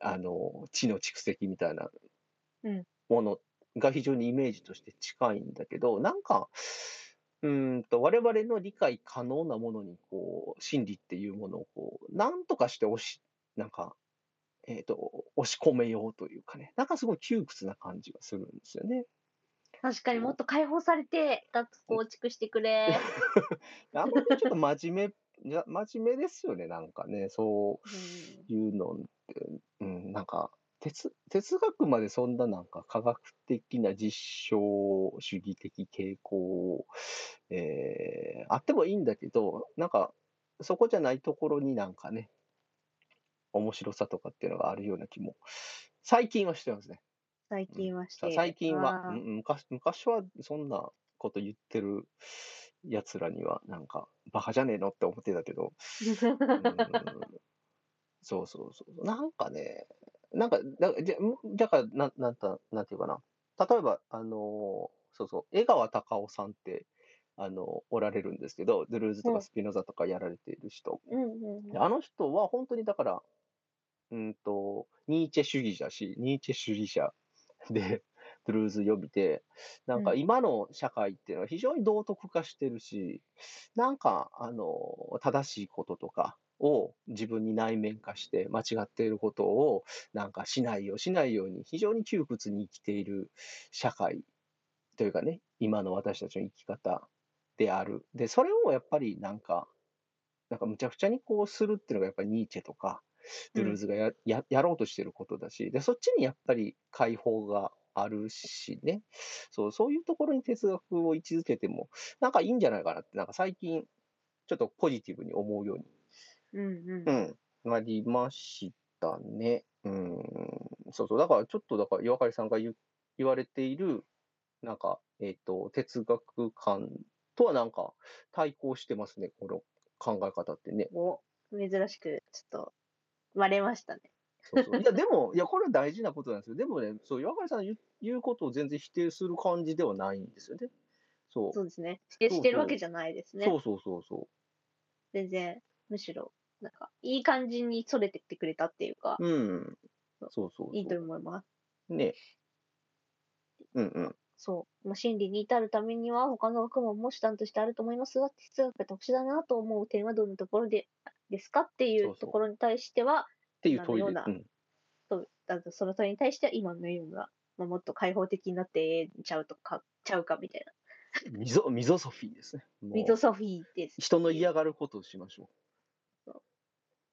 あの、知の蓄積みたいなうんものが非常にイメージとして近いんだけど、なんか、うーんと、我々の理解可能なものに、こう、心理っていうものを、こう、なんとかして押し、なんか、えっ、と、押し込めようというかね、なんかすごい窮屈な感じがするんですよね。確かにもっと解放されて、ガッツ構築してくれ。あんまりちょっと真面目、いや真面目ですよね、なんかね、そうんういうのって、うん、なんか哲、哲学までそんななんか科学的な実証主義的傾向を、えーあってもいいんだけど、なんか、そこじゃないところになんかね、面白さとかっていうのがあるような気も、最近はしてますね。最近はしさて。最近は、あうんーうん昔昔はそんなこと言ってるやつらにはなんかバカじゃねえのって思ってたけど、うんそうそうそうなんかねなんかだじゃむだからななんたなんていうかな例えばあのーそうそう江川隆夫さんってあのおられるんですけどドゥルーズとうかんスピノザとかやられている人、うんうんであの人は本当にだから、うんと、ニーチェ主義者し、ニーチェ主義者で、 ブルーズ読みで、なんかうん今の社会っていうのは非常に道徳化してるし、なんか、あの、正しいこととかを自分に内面化して、間違っていることをなんかしないようしないように、非常に窮屈に生きている社会というかね、今の私たちの生き方である。で、それをやっぱりなんか、なんかむちゃくちゃにこうするっていうのがやっぱりニーチェとかうんドゥルーズがや,、ややろうとしてることだしでそっちにやっぱり解放があるしねそうそういうところに哲学を位置づけてもなんかいいんじゃないかなってなんか最近ちょっとポジティブに思うように、うんううん。ん、なりましたね。うんそうそうだからちょっとだから岩刈さんが言う言われているなんか、えっと哲学観とはなんか対抗してますねこの考え方ってね。お、珍しく、ちょっと、割れましたね。そうそういや、でも、いや、これは大事なことなんですよ。でもね、そう、岩倉さんの言う言うことを全然否定する感じではないんですよね。そう。そうですね。否定そうしてるわそうけじゃないですね。そうそうそうそ全然、むしろ、なんか、いい感じにそれてってくれたっていうかう。、うん。そそううそうそう。いいと思います。ね。うんうん。そう。まあ、真理に至るためには、他の学問も手段としてあると思いますが、哲学が特殊だなと思う点はどのところでですかっていそううそうところに対しては、っていう問いで。なう、るようなんそうあとその問いに対しては、今のような、まあ、もっと開放的になってちゃうとか、ちゃうかみたいな。ミゾミゾソフィーですね。もうミゾソフィーです。人の嫌がることをしましょう。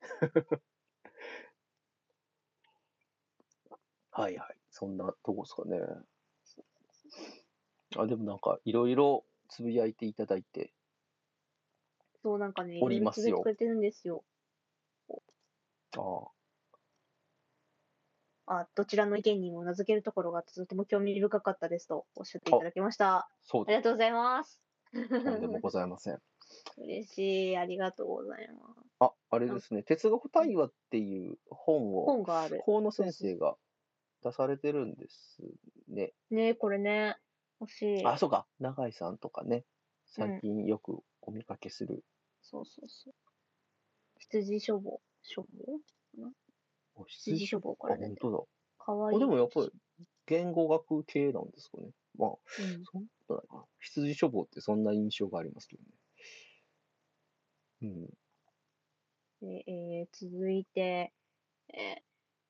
はいはい。そんなとこですかね。あ、でもなんか、いろいろつぶやいていただいて、そう、なんかね、おりますいろいろつよぶやいてくれてるんですよ。ああどちらの意見にも名付けるところがあってとても興味深かったですとおっしゃっていただきました。そうありでがとうございます。す。とんでもございません。 嬉しい。ありがとうございます。あ、あれですね、哲学対話っていう本を、本がある。河野先生が出されてるんですね。ねこれね。欲しい。あ、そうか、永井さんとかね、最近よくお見かけする、そうそうそう。羊書房。書房お羊書房あ、から本ね。当かわだ。いい。あでもやっぱり言語学系なんですかね。まあ、うんそんなことないかな。羊書房ってそんな印象がありますけどね。うん。でえー続いて、えー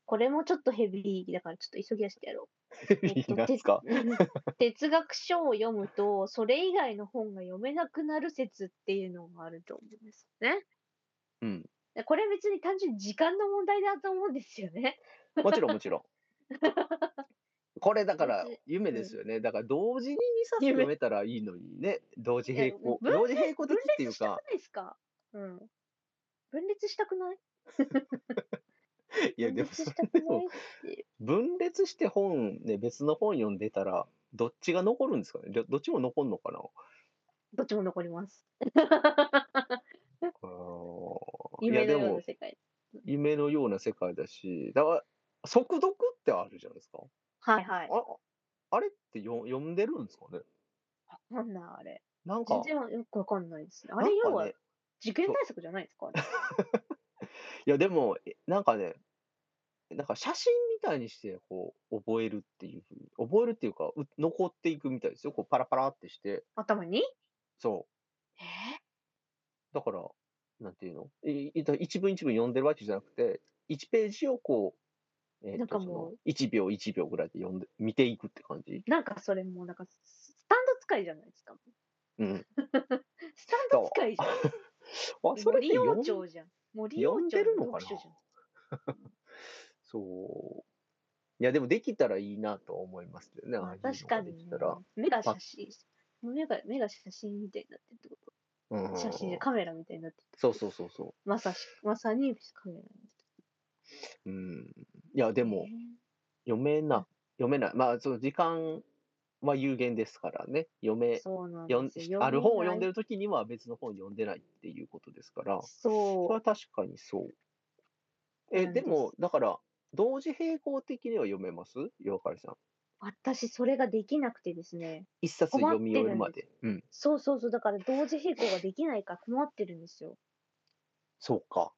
これもちょっとヘビーだからちょっと急ぎ足でやろう。 いいなですか。哲 哲学書を読むと、それ以外の本が読めなくなる説っていうのがあると思うんですよね。うん。でこれ別に単純に時間の問題だと思うんですよね。もちろんもちろ ん。これだから別夢ですよね。だから同時に2冊夢読めたらいいのにね。同時並いやもう。行分同時並行的っていう分裂したか、くないですかうん。分裂したくないいや、でも分裂しそれたくでないも、分裂して本、ね、別の本読んでたら、どっちが残るんですかねどどっちも残るのかなどっちも残ります。あーいや、夢のでようもな、世界。夢のような世界だし、だから、速読ってあるじゃないですか。はいはい。ああれってよ読んでるんですかねわかんない、あれ。なんか全、然よくわかんないですね。あなれ、んか要はね、受験そう対策じゃないです かあれいや、でも、えなんかね、なんか写真みたいにして、こう、覚えるっていうふうに、覚えるっていうか、う残っていくみたいですよ。こう、パラパラってして、頭にそえう。だから、なんていうのいいだ一文一文読んでるわけじゃなくて、1ページをこう、えーなんとかそのもう1秒1秒ぐらいで読んで、見ていくって感じ。ーなんかそれもうなんかススタンド使いじゃないですか。 うん。スタンド使いじゃん。あ、それ森って読王ん朝じゃん。森王読ん朝でるの読かな書じゃんそう。いや、でもできたらいいなとは思いますけどね。ああまいあうのが確かにできねたら。。目が写真。目が目が写真みたいになってるってこうんと。写真でカメラみたいになってる。そうそうそうそまさしまさにカメラになってる。う。うん。いや、でもね、読めな、読めない。まあ、その時間は有限ですからね。読め、そうなん読んですよ。ある本を読んでる。るときには別の本読んでないっていうことですから、それそうは。確かにそう。え、なんでですも、だから、同時並行的には読めます岩刈さん。私、それができなくてですね。一冊困ってる読んみです終えるまで。うん。そうそうそう。だから同時並行ができないから困ってるんですよ。そうか。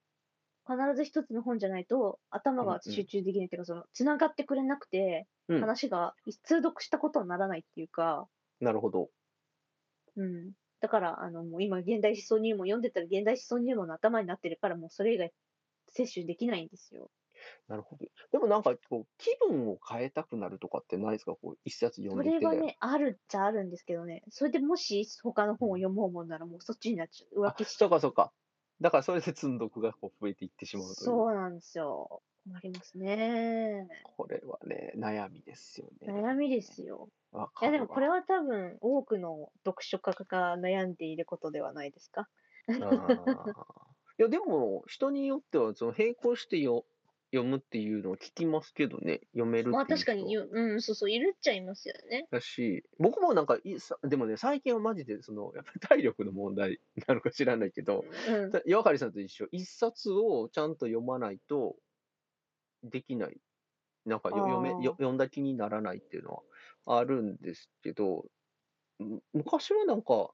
必ず一つの本じゃないと頭うんがうん集中できないっていうか、その繋がってくれなくて、うん話が一通読したことにならないっていうか、なるほど。うん。だから、あの、もう今、現代思想入門読んでたら、現代思想入門の頭になってるから、もうそれ以外、摂取できないんですよ。なるほど。でもなんかこう気分を変えたくなるとかってないですかこう一冊読そんでれて。はね、あるっちゃあるんですけどね、それでもし、他の本を読もうもんなら、もうそっちになっちゃう。あ浮気しちゃそうかそうか。だからそれで積んどくがこう増えていってしう。まうという。そうなんですよ。困りますね。これはね、悩みですよね。悩みですよ。わいかやるでわもこれは多分多くの読書家が悩んでいることではないですか。あーいやでも人によってはその並行してよ読むっていうのを聞きますけどね、読めるっていうまあ確か人に言う、うん、そうそう、いるっちゃいますよね。だし、僕もなんかいさ、でもね、最近はマジで、その、やっぱり体力の問題なのか知らないけど、うん、だ岩刈さんと一緒、一冊をちゃんと読まないとできない。なんかよ読めあーよ読んだ気にならないっていうのはあるんですけど、む昔はなんか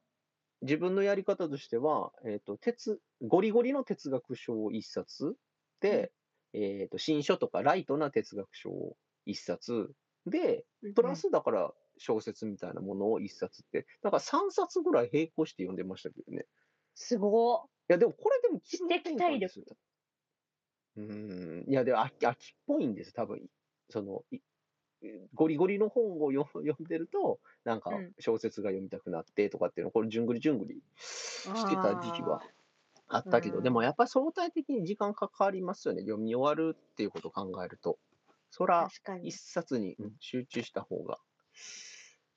自分のやり方としては、えっと哲ゴリゴリの哲学書を一冊で、えっと新書とかライトな哲学書を一冊で、プラスだから小説みたいなものを一冊って、だから3冊ぐらい並行して読んでましたけどね。すごいや、でもこれでも知的体力すよ。うーん。いや、でも秋秋っぽいんです、多分。その、いゴリゴリの本を読 読んでると、なんかうん小説が読みたくなってとかっていうの、これ、じゅんぐりじゅんぐりしてた時期はあったけど、うんでもやっぱり相対的に時間かかりますよね、読み終わるっていうことを考えると。そい。ら、確かに一。冊にうん集中した方が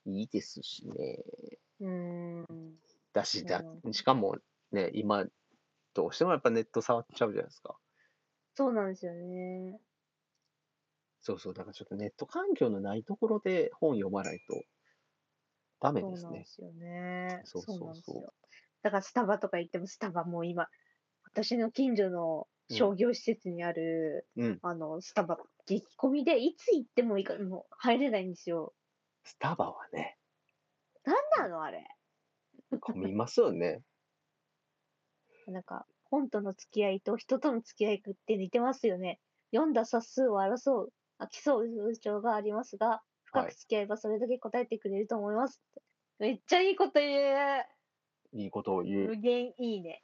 いいですしね。うーん。だしだそうなん、しかもね、今、どうしてもやっぱネット触っちゃうじゃないですか。そうなんですよね。そうそう、だからちょっとネット環境のないところで本読まないとダメそうなですんでね。すよね。そうそうそうなんですよ。だからスタバとか行っても、スタバもう今、私の近所のうん商業施設にある、うん。あの、スタバ、激混みで、いつ行ってもいいか、もう入れないんですよ。スタバはね、なんなのあれ。混みますよね。 なんか、本との付き合いと人との付き合いって似てますよね。読んだ冊数を争う、あ競う風潮がありますが、深はくい付き合えばそれだけ答えてくれると思いますって。めっちゃいいこと言いいことをう言う。無限いい ね。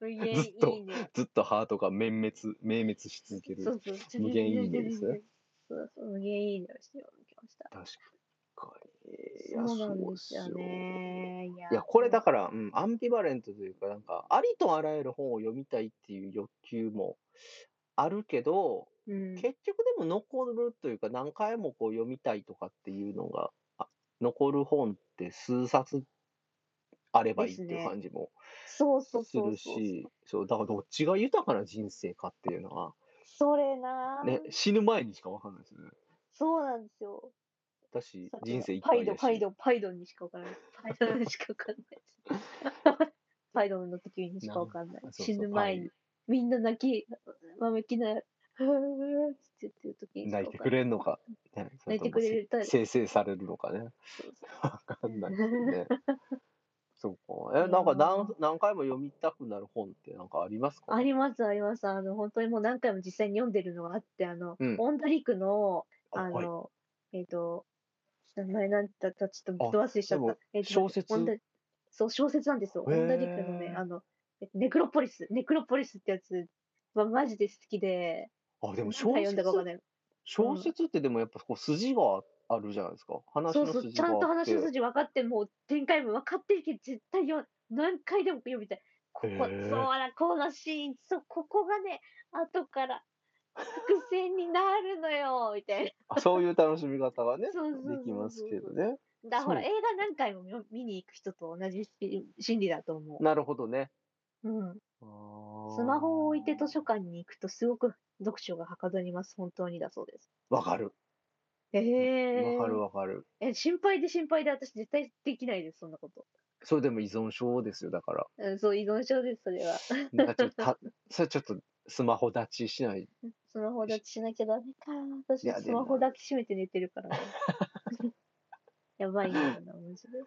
無限ずっといいね。ずっとハートが泯滅、明滅し続けそる。うそう。無限いいねですね。そうそう、無限いいねをしておきました。確かに。いやそうなんですよ。そうっすよね。いやいや、これだから、うん、アンビバレントというか、なんか、ありとあらゆる本を読みたいっていう欲求もあるけど、ら、うん、結局でも残るというか何回もこう読みたいとかっていうのがあ残る本って数冊あればいいっていう感じもそうそうすそうるそう。し、そう、だからどっちが豊かな人生かっていうのは、それな、ね、死ぬ前にしかわかんないですよね。そうなんですよ。私さ、っきの人生いっパぱイいドだン、し。パイドン、パイドンにしかわからない。パイドンにしかわから ない。パイドンの時にしかわからない。なんそうそう死ぬ前に。みんな泣き、まめきな、ふーって言ってる時にしかわ泣いてかくんない。れるのか、ね、そ泣いてくれるタイプ生成されるのかね。そうそうわかんないです よね。そうか。え、なんかいや何ー何回も読みたくなる本ってなんかありますかあります、あります。あの、本当にもう何回も実際に読んでるのがあって、あの、うんオンダリクの、ああはいの、えっ、と、名前なんだったかちょっとあど忘れしちゃっでもた。えーと小説オンダそう、小説なんですよ。オへーンダリクのね、あの、ネクロポリス、ネクロポリスってやつはマジで好きで、あ、でも何小回読んだかわかん説、ない。小説ってでもやっぱこう筋があるじゃないですか。話そのうそ筋う、ちがゃんとあっ話ての。筋分かって、もう展開も分かってるけど、絶対よ何回でも読みたい。ここ、へそうーだ、このシーン、そう、ここがね、後から伏線になるのよ、みたいな。あそういう楽しみ方がね、そうそうそうそうできますけどね。だからほら、映そ画何回も見見に行く人と同じし心理だと思なるほどね。う。うん。あースマホを置いて図書館に行くとすごく読書がはかどります。本当にだそうです。わかる。えわー、かるわかる。え、心配で心配で私絶対できないです、そんなこと。それでも依存症ですよ、だから。うん、そう、依存症です、それは。なんかちょっと たそれちょっとスマホ立ちしないスマホ立ちしなきゃダメか。私いやスマホでも抱きしめて寝てる からね。やばいんだよな、マジで。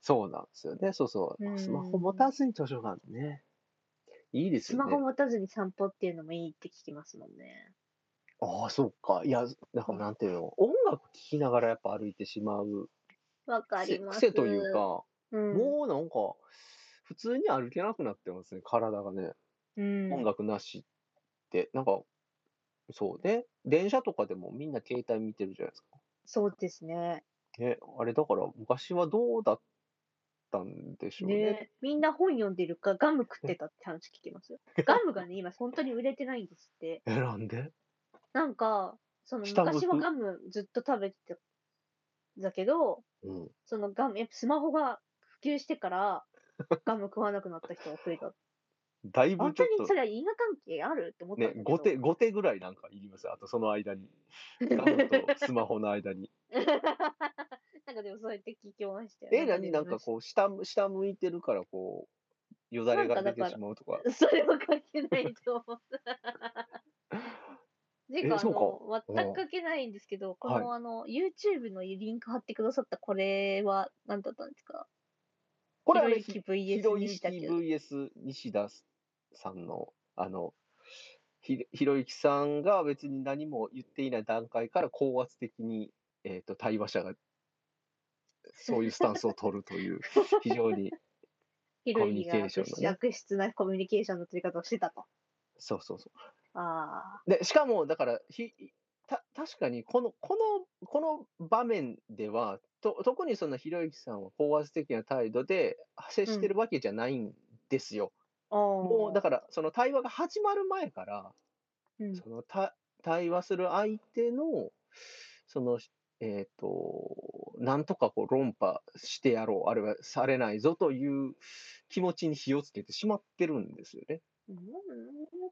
そうなんですよね。そうそう。うんスマホ持たずに図書館ね。いいですスよマホね。持たずに散歩っていうのもいいって聞きますもんね。ああ、そうか。いや、なんかなんていうの、音楽聴きながらやっぱ歩いてしまうわかり癖ます。癖というか、、うん、もうなんか、普通に歩けなくなってますね、体がね。うん、音楽なしって、なんか、そうね。電車とかでもみんな携帯見てるじゃないですか。そうですね。ね、あれだから昔はどうだったんでしょうね。ね、みんな本読んでるか、ガム食ってたって話聞きます よ。ガムがね、今本当に売れてないんですって。え、なんでなんか、その下向く昔はガムずっと食べてた、だけど、うん。そのガム、やっぱスマホが普及して から、ガム食わなくなった人が増えた。だいぶ本ち当ょにっそと、れは因果関係あるって思ったんだねけ、ど。 5手、5手ぐらいなんかいりますよあとその間に。ガム とスマホの間に。 なんかでもそうやって聞きましたよ。え、何なんかこう、下む、下向いてるから、こう、よだれがなんか出だからてしまうとか。う。 それは関係ないと思う。 ていうか、あそうかの、全うんく関係ないんですけど、こはいの、あの、YouTube のリンク貼ってくださったこれは何だったんですかこれはひろね、ゆきひ VS ろにゆきしたけ VS 西田さんの、あの、ひひろゆきさんが別に何も言っていない段階から高圧的に、えっと対話者がそういうスタンスを取るという非常に ひろゆきがコミュニケー悪ションの質ね悪質なコミュニケーションの取り方をしてたと。そうそうそうああ、で、しかも、だから、ひた確かにこの、この、この場面では、と特にそのひろゆきさんは高圧的な態度で接してるわけじゃないんですよ。ももう、だから、その対話が始まる前から、ら、うんそのた対話する相手の、その、えっ、と、なんとかこう論破してやろう、あるいはされないぞという気持ちに火をつけてしまってるんですよね。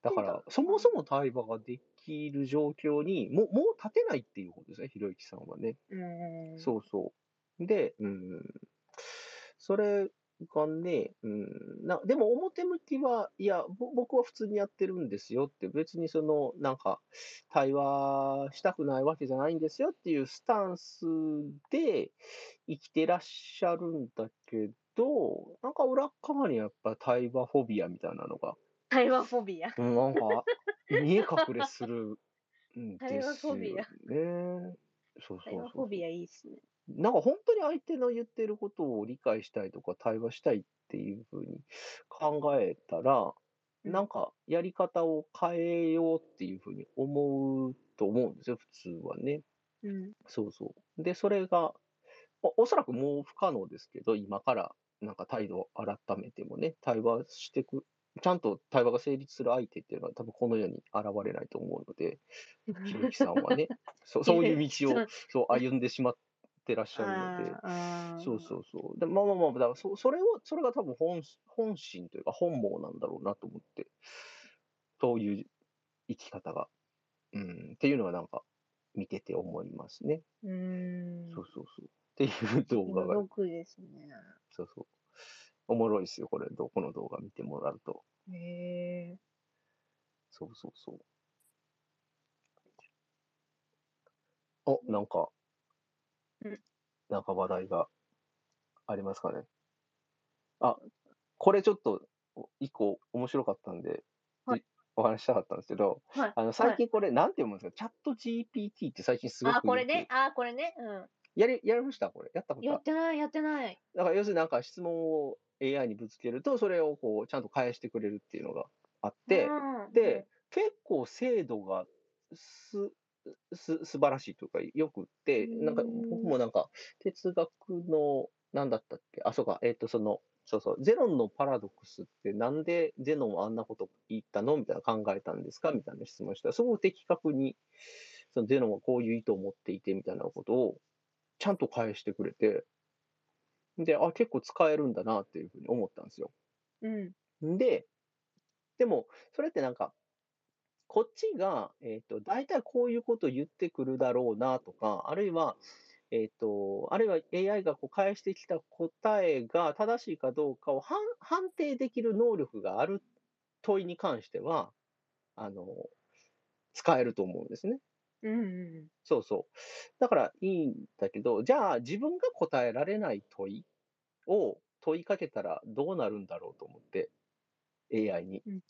だから、そもそ、も対話ができる状況にもう、もう立てないっていうことですね、ひろゆきさんはね。うんそうそう。で、うん。それがね、うん、なでも表向きは、いや、ぼ僕は普通にやってるんですよって、別にその、なんか、対話したくないわけじゃないんですよっていうスタンスで生きてらっしゃるんだけど、なんか裏っ側にやっぱ対話フォビアみたいなのが対話フォビア。うん、なんか見え隠れするんあれ ではすよフォビアね。そうそ対う話フそォう。ビアいいっすね。なんか本当に相手の言ってることを理解したいとか対話したいっていうふうに考えたら、うんなんかやり方を変えようっていうふうに思うと思うんですよ、普通はね。うん。そうそう。で、それが、おおそらくもう不可能ですけど、今からなんか態度を改めてもね、対話してく、ちゃんと対話が成立する相手っていうのは多分この世に現れない と思うので、ひろゆきさんはね、そうそういう道をそうそう歩んでしまっってらっしゃるので。あーそうそうそう。でまあまあまあ、だからそそれを、それが多分本本心というか本望なんだろうなと思って、そういう生き方が、うん、っていうのはなんか見てて思いますね。うーん。そうそうそう。っていう動画が、僕ですね。そうそう。おもろいですよ、これ、どこの動画見てもらうと。へえ。そうそうそう。お、なんかうん、なんか話題がありますかね。あ、これちょっと、お一個面白かったんで、はいじお話ししたかったんですけど、はい。あの、最近これ、なんて読むんですか、チャット GPT って最近すごくあ、これよねく。あ、これね。うやり、やりましたこれ。やったこん。とやあってない、やってない。だから要するになんか質問を AI にぶつけると、それをこう、ちゃんと返してくれるっていうのがあって、うん、で、結構精度がす、す、素晴らしいというか、よくって、なんか、うん僕もなんか、哲学の、なんだったっけあ、そうか、えっ、と、その、そうそう、ゼノンのパラドックスってなんでゼノンはあんなこと言ったのみたいな考えたんですかみたいな質問したら、すごく的確に、そのゼノンはこういう意図を持っていてみたいなことを、ちゃんと返してくれて、で、あ、結構使えるんだなっていうふうに思ったんですよ。うん。で、でも、それってなんか、こっちが、えっ、と、大体こういうことを言ってくるだろうなとか、あるいは、えっ、と、あるいは AI がこう返してきた答えが正しいかどうかを判判定できる能力がある問いに関しては、あの、使えると思うんですね。うんうんそうそう。だからいいんだけど、じゃあ自分が答えられない問いを問いかけたらどうなるんだろうと思って、AI に。うんうん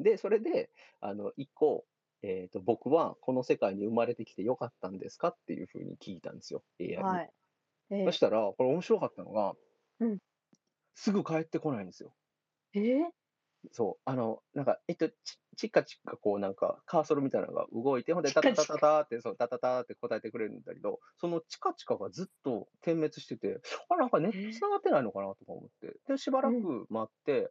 で、それで、あの、一個、えっ、と、僕はこの世界に生まれてきてよかったんですかっていうふうに聞いたんですよ、AI に。うん。はい。えそしたら、これ面白かったのが、うんすぐ帰ってこないんですよ。えーそう、あの、なんか、えっと、ちちっかちっかこう、なんか、カーソルみたいなのが動いて、ほんで、チタカタチカタタタって、そう、タタタって答えてくれるんだけど、そのチカチカがずっと点滅してて、あ、なんかネえット繋がってないのかなとか思って、で、しばらく待って、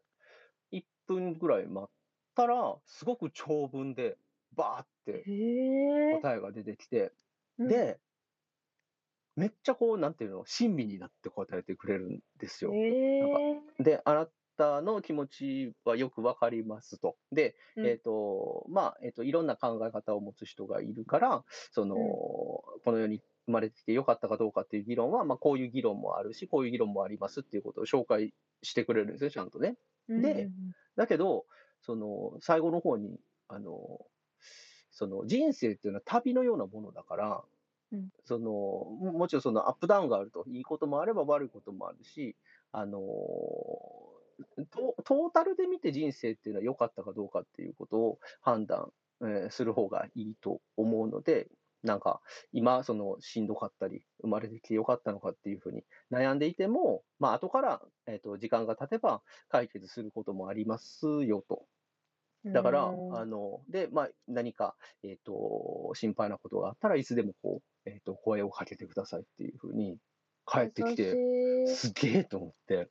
1分ぐらい待ったら、すごく長文で、バーってへえ。答えが出てきて、うん、で、めっちゃこう、なんていうの、親身になって答えてくれるんですよ。へなんかえ。で、あなたの気持ちはよくわかりますと。で、うんえっ、と、まあ、えっ、と、いろんな考え方を持つ人がいるから、その、うんこの世に生まれてきてよかったかどうかっていう議論は、まあ、こういう議論もあるし、こういう議論もありますっていうことを紹介してくれるんですよ、ちゃんとね。でうんだけど、その、最後の方に、あの、その人生っていうのは旅のようなものだから、うんそのももちろんそのアップダウンがあるといいこともあれば悪いこともあるし、あのトトータルで見て人生っていうのは良かったかどうかっていうことを判断、えーする方がいいと思うので、なんか今そのしんどかったり生まれてきてよかったのかっていうふうに悩んでいても、まあ後から、えー、と時間が経てば解決することもありますよと。うんだから、うんあの、で、まあ、何か、えっ、と、心配なことがあったらいつでもこう、えっ、と、声をかけてくださいっていうふうに帰ってきて、優しいすげえと思って、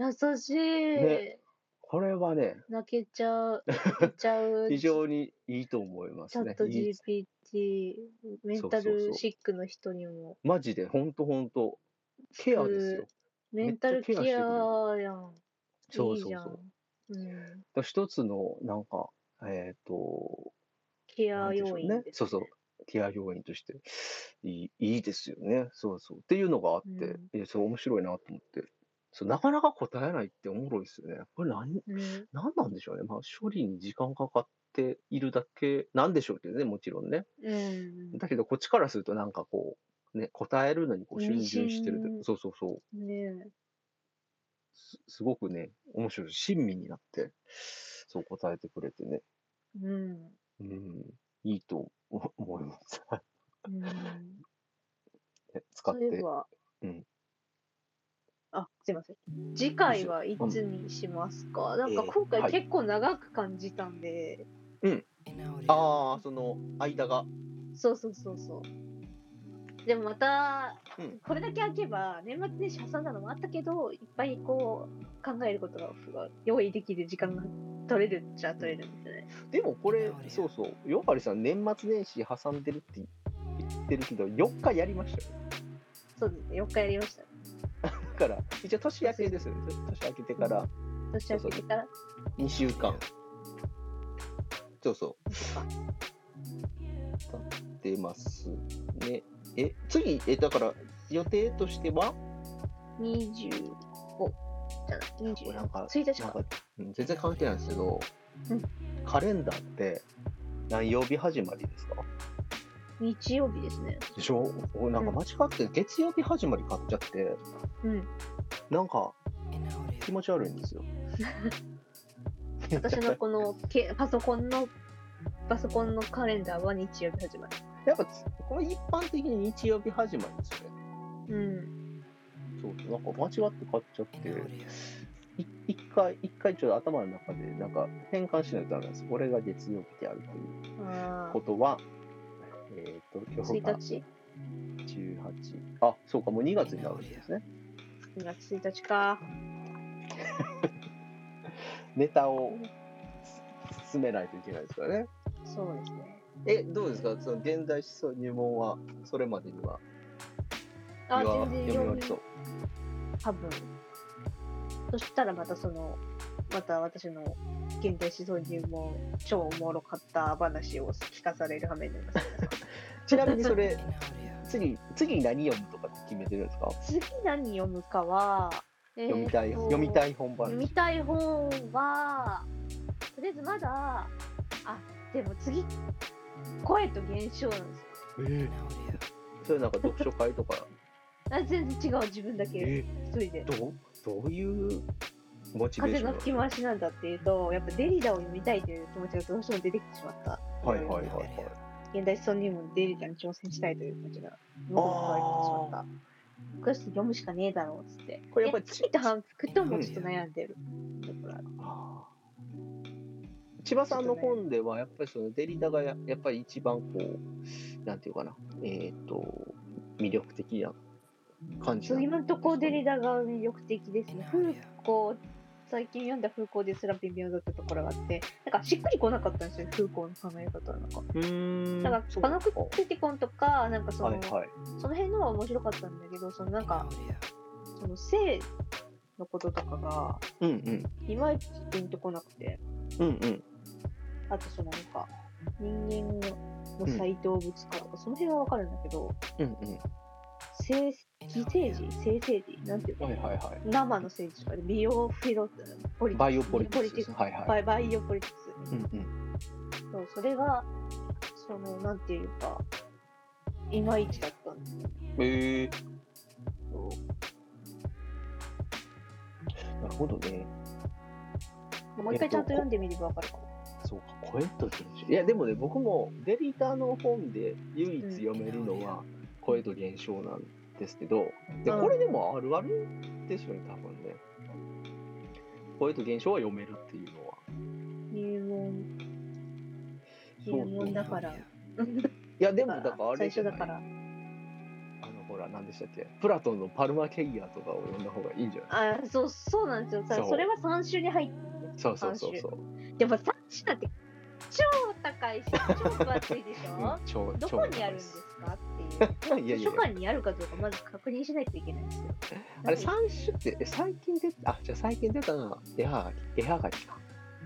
優しい、ねこれはね、泣けちゃう泣けちゃう 非常にいいと思いまチすャねッ。トいい GPT メンタそうそうそルうシックの人にもマジで、ほんとほんと、ケアですよ。メンタルめっちゃケケアしてくれるアやんそういいじそうそゃんう。うん、だから一つの、なんか、えっ、と、ケなアんでしょ要う因ねで。すそうそう。ケア要員としていいいいですよね。そうそう。っていうのがあって、うんえそう面白いなと思ってそう。なかなか答えないっておもろいですよね。これ何、うん何なんでしょうね。まあ、処理に時間かかっているだけなんでしょうけどね、もちろんね。うんだけど、こっちからするとなんかこう、ね、答えるのにこう、妊逡娠巡してるというか。そうそうそう。ねすすごくね、面白い。親身になって、そう答えてくれてね。え、うんうん。いいと思思います。うん、ね使っそういてえ。ば、うんあすいません次回はいつにしますかなんかえー今は回い結構長く感じたんで、ああ、その間が。そうそうそうそう。でもまた、うんこれだけ空けば、年末年始挟んだのもあったけど、いっぱいこう、考えることが用意できる時間が取れるっちゃ取れるんですね。でもこれ、そうそう、よはりさん、年末年始挟んでるって言ってるけど、4日やりましたよ。そうですね、4日やりました。だから、一応年明けですよね。年明けてから年明けてから。 2週間。そうそう。経ってますね。え、次、え、だから、予定としては25じゃない、これなん24。か1日なんか。かうん全然関係ないんですけど、うんカレンダーって何曜日始まりですか日曜日ですね。でしょおなんか間違って月曜日始まり買っちゃって、うん。なんか気持ち悪いんですよ。 私のこのけパソコンの、パソコンのカレンダーは日曜日始ま やっぱつこれ一般的に日曜日始まりですよね。る。うん。そうなんか間違って買っちゃって、い一回、一回ちょっと頭の中でなんか変換しないとダメなんです。これが月曜日であるというあことは、えっ、と、あ。今日が1日18。あ、そうか、もう2月になるんですね。 ?2 月1日か。ネタを進めないといけないですからね。そうですね。え、どうですかその現代思想入門は、それまでには、あ、いや全然読み終読わみりそう。多分。そしたらまたその、また私の現代思想入門超おもろかった話を聞かされる羽目になります。ちなみにそれ、次、次何読むとかって決めてるんですか、次何読むかは、 読みたい、読みいたい本番読みたい本は、とりあえずまだ、あ、でも次、声と現象なんですよ。それなんか読書会とか、あ全然違う、自分だけ、え一人で。どう、どういうモチベー風ショのン吹き回しなんだっていうと、やっぱデリダを読みたいという気持ちがどうしても出てきてしまった。はいはいはいはい。現代思想にもデリダに挑戦したいという気持ちが、もともと湧いてしまった。これちょっと読むしかねえだろうっつって。これやっぱいり月と反復ともちょっと悩んでる。だからあー千葉さんの本ではやっぱりそのデリダがややっぱり一番こうなんていうかなえっ、と魅力的な感じそなう今ののところデリダが魅力的ですね。風光、最近読んだ風光ですら微妙だったところがあって、なんかしっくりこなかったんですよ、風光の考え方はなんか。うーんなんか、バナクはテテコンとか、なんかその、いはいその辺のは面白かったんだけど、そのなんか、その性のこととかが、うんうんいまいちピンとこなくて、うんうんあとそのなんか、人間のうん再動物化とか、その辺はわかるんだけど、うんうん性、非政治性政治なんていうの、はいはいは生の政治とかで、美容フィロポリティいバイオポリティクスですバはイいオはいバイオポリティクス、うんうんそうそれがそのなんていうかいまいちだったんですよええそうなるほどねもう一回ちゃんと読んでみればわかるかも、そうか声と現象いやでもね僕もデリタの本で唯一読めるのは声と現象なんですけど、でうんこれでもあるあるですよね多分ね声と現象は読めるっていうのは入門そう入門だからいやでもだからあれ最じゃ初だなからいあのほら何でしたっけプラトンのパルマケイヤーとかを読んだ方がいいんじゃないあそうそうなんですよさそうそれは三種に入ってるんですそうそうそうそう、でも三種なんて超高いし超分厚いでしうょん、超ど超こにあるんでですすかっていういやいやい図や書館にあるかどうかまず確認しないといけないんですよあれ三種ってえ最近出たあじゃあ最近出たのは絵はがき絵はがきか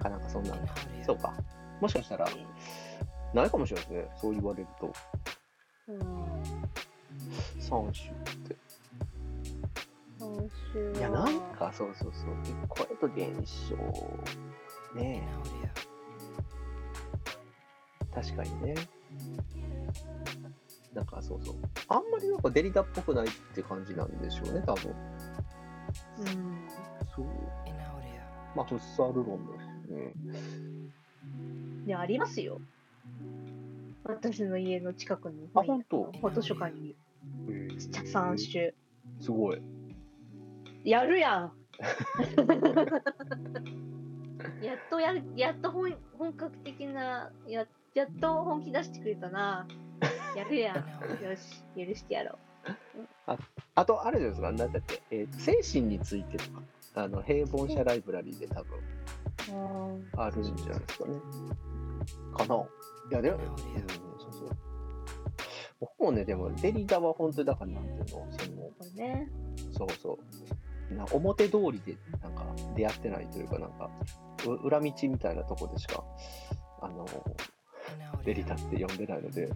かなんかそんなんかそうかもしかしたらないかもしれないですね。そう言われると。うん三種って。今週はいや、なんか、そうそうそう。声と現象。ねえ。確かにね。なんか、そうそう。あんまりなんかデリタっぽくないって感じなんでしょうね、多分。うんそう。まあ、フッサル論ですね。いや、ありますよ。私の家の近くに。あ本当まあ図書館に。三種。すごい。やるやん やっとや、やっと本本格的な、ややっと本気出してくれた な。やるやん。よし、許してやろあと、あれじゃないですか、なんだっけ、えー精神についてとか、あの、平凡者ライブラリーで多分う。うんあるんじゃないですかね。かな。いや、でも、うん、そうそう。もうね、でも、デリダは本当にだから、なんていうの、その、これね。そうそう。な表通りで、なんか、出会ってないというか、なんか、う裏道みたいなとこでしか、あの、デリダって呼んでないので、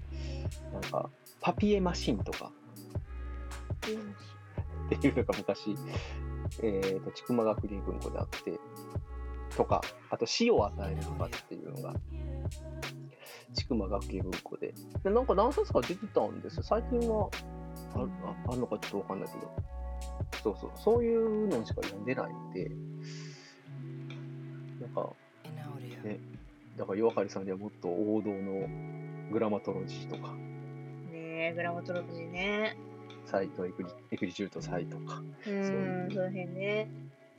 なんか、パピエマシンとかうんっていうのが昔、えーと、千曲学林文庫であって、とか、あと、死を与えるとかっていうのが、千曲学林文庫で。で、なんか何冊か出てたんですよ。最近は、あるああるのかちょっとわかんないけど。そうそう、そういうのしか読んでないんで、なんか、だから、岩刈さんにはもっと王道のグラマトロジーとか、ねえ、グラマトロジーね。サイトエクリ、エクリチュートサイとか、うーん、その辺ね。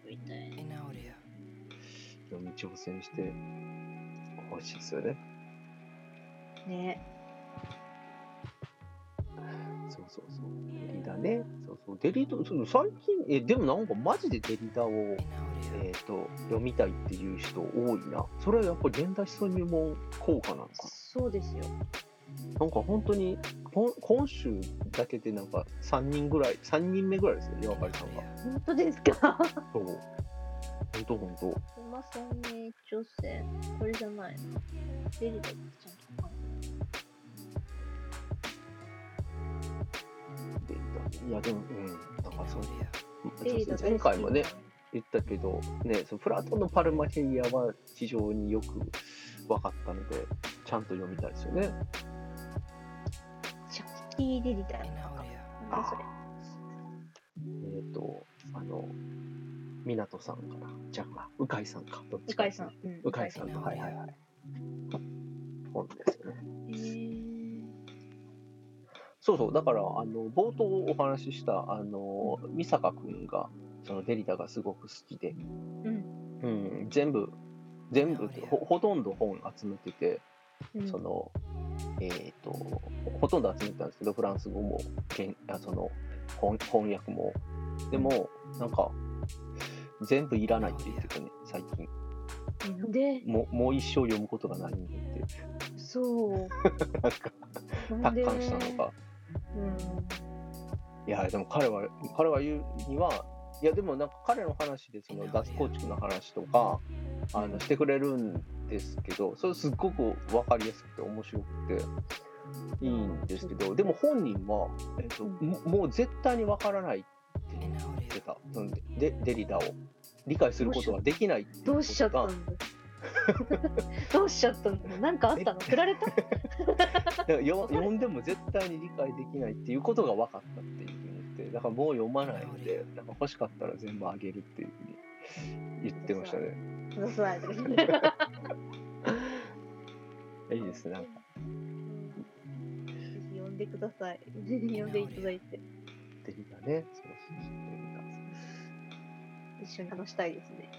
みたい。読み挑戦してほしいですよね。ね。そうそうそう。デリダね。そうそう。デリダ、その最近、え、でもなんかマジでデリダを、えっ、と、読みたいっていう人多いな。それはやっぱり現代思想入門効果なのかそうですよ。な。なんか本当に、こん今週だけでなんか3人ぐらい、3人目ぐらいですよ、岩刈さんが。本当ですかそう。本当本当。おまさんね、女性。これじゃないな。デリダちゃんとか。デリダ。いや、でも、うん。なんかそう。前回もね、言ったけど、ね、そのプラトンのパルマヘリアは非常によく分かったので、ちゃんと読みたいですよね。シャッキーデリダなんだそれ。えっ、と、あの、湊さんかな、じゃあ、鵜飼さんか、どっうちかかでいすさねん。。うん鵜飼さんと、はいはいはい。本ですよね。へーそうそう、だから、あの、冒頭お話しした、あの、美坂くんが、そのデリダがすごく好きで、うん。うん、全部、全部ってほ、ほとんど本集めてて、うんその、えっ、と、ほとんど集めてたんですけど、フランス語も、けんあその翻翻訳も。でも、なんか、全部いらないって言ってたね、最近。えなんで、もうもう一生読むことがないんでって、そう。なんか、なん達で観したのが。うん。いや、でも彼は、彼は言うには、いや、でもなんか彼の話で、その脱構築の話とか、あの、してくれるんですけど、それすっごく分かりやすくて面白くて、いいんですけど、でも本人は、えっと、ももう絶対に分からないって言ってた、そのデデリダを。理解することはできないっていどうしちゃったんこだ どうしちゃったんだなんかあったの振られた とがだからよ読んでも絶対に理解できないっていうことが分かったっていうふうに言って、だからもう読まないので、なんか欲しかったら全部あげるっていうふうに言ってましたね。ください とか言っていいですね、なんか。ぜひ呼んでください。ぜひ呼んでいただいて、デリダね。そうそうそうデリダ一緒に話したいですね。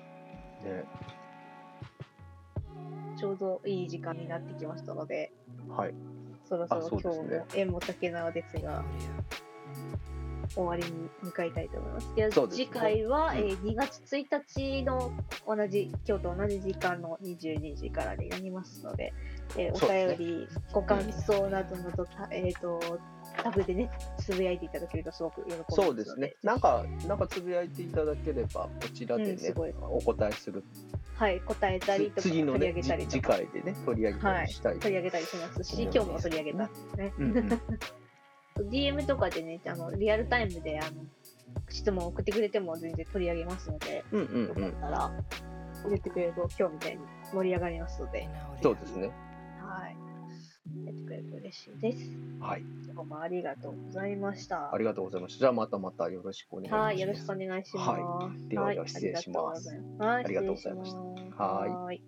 ね、ちょうどいい時間になってきましたので、はい。そろそろあそ今うです日ねも縁も竹縄ですが、終わりに向かいたいと思います。ではそうですね次回は、うんえー2月1日の同じ、今日と同じ時間の22時からになりますので、えーそうでおすね便り、ご感想などなど、たえっ、と、タブでね、つぶやいていただけるとすごく喜びますので。そうですね。なんか、なんかつぶやいていただければ、こちらでうんすね、ごいお答えする。はい、答えたりとか、つ次の取り上ね、げじたりと次か、回でね、取り上げたりしたい。取り上げたりしますし、う今ん日も取り上げた。うんうん、 DM とかでね、あのリアルタイムであの質問を送ってくれても全然取り上げますので、うんうんようかっん。たら、送ってくれると今日みたいに盛り上がりますので、そうですね。はい。やってくれると嬉しいです。はい。どうもありがとうございましたあ。りがとうございました。じゃあ、またまたよろしくお願いします。はい、よろしくお願いします。はいではでは失礼しますはい、ありりががととううごござざいいます。ましたはい、失礼しはいます。はい。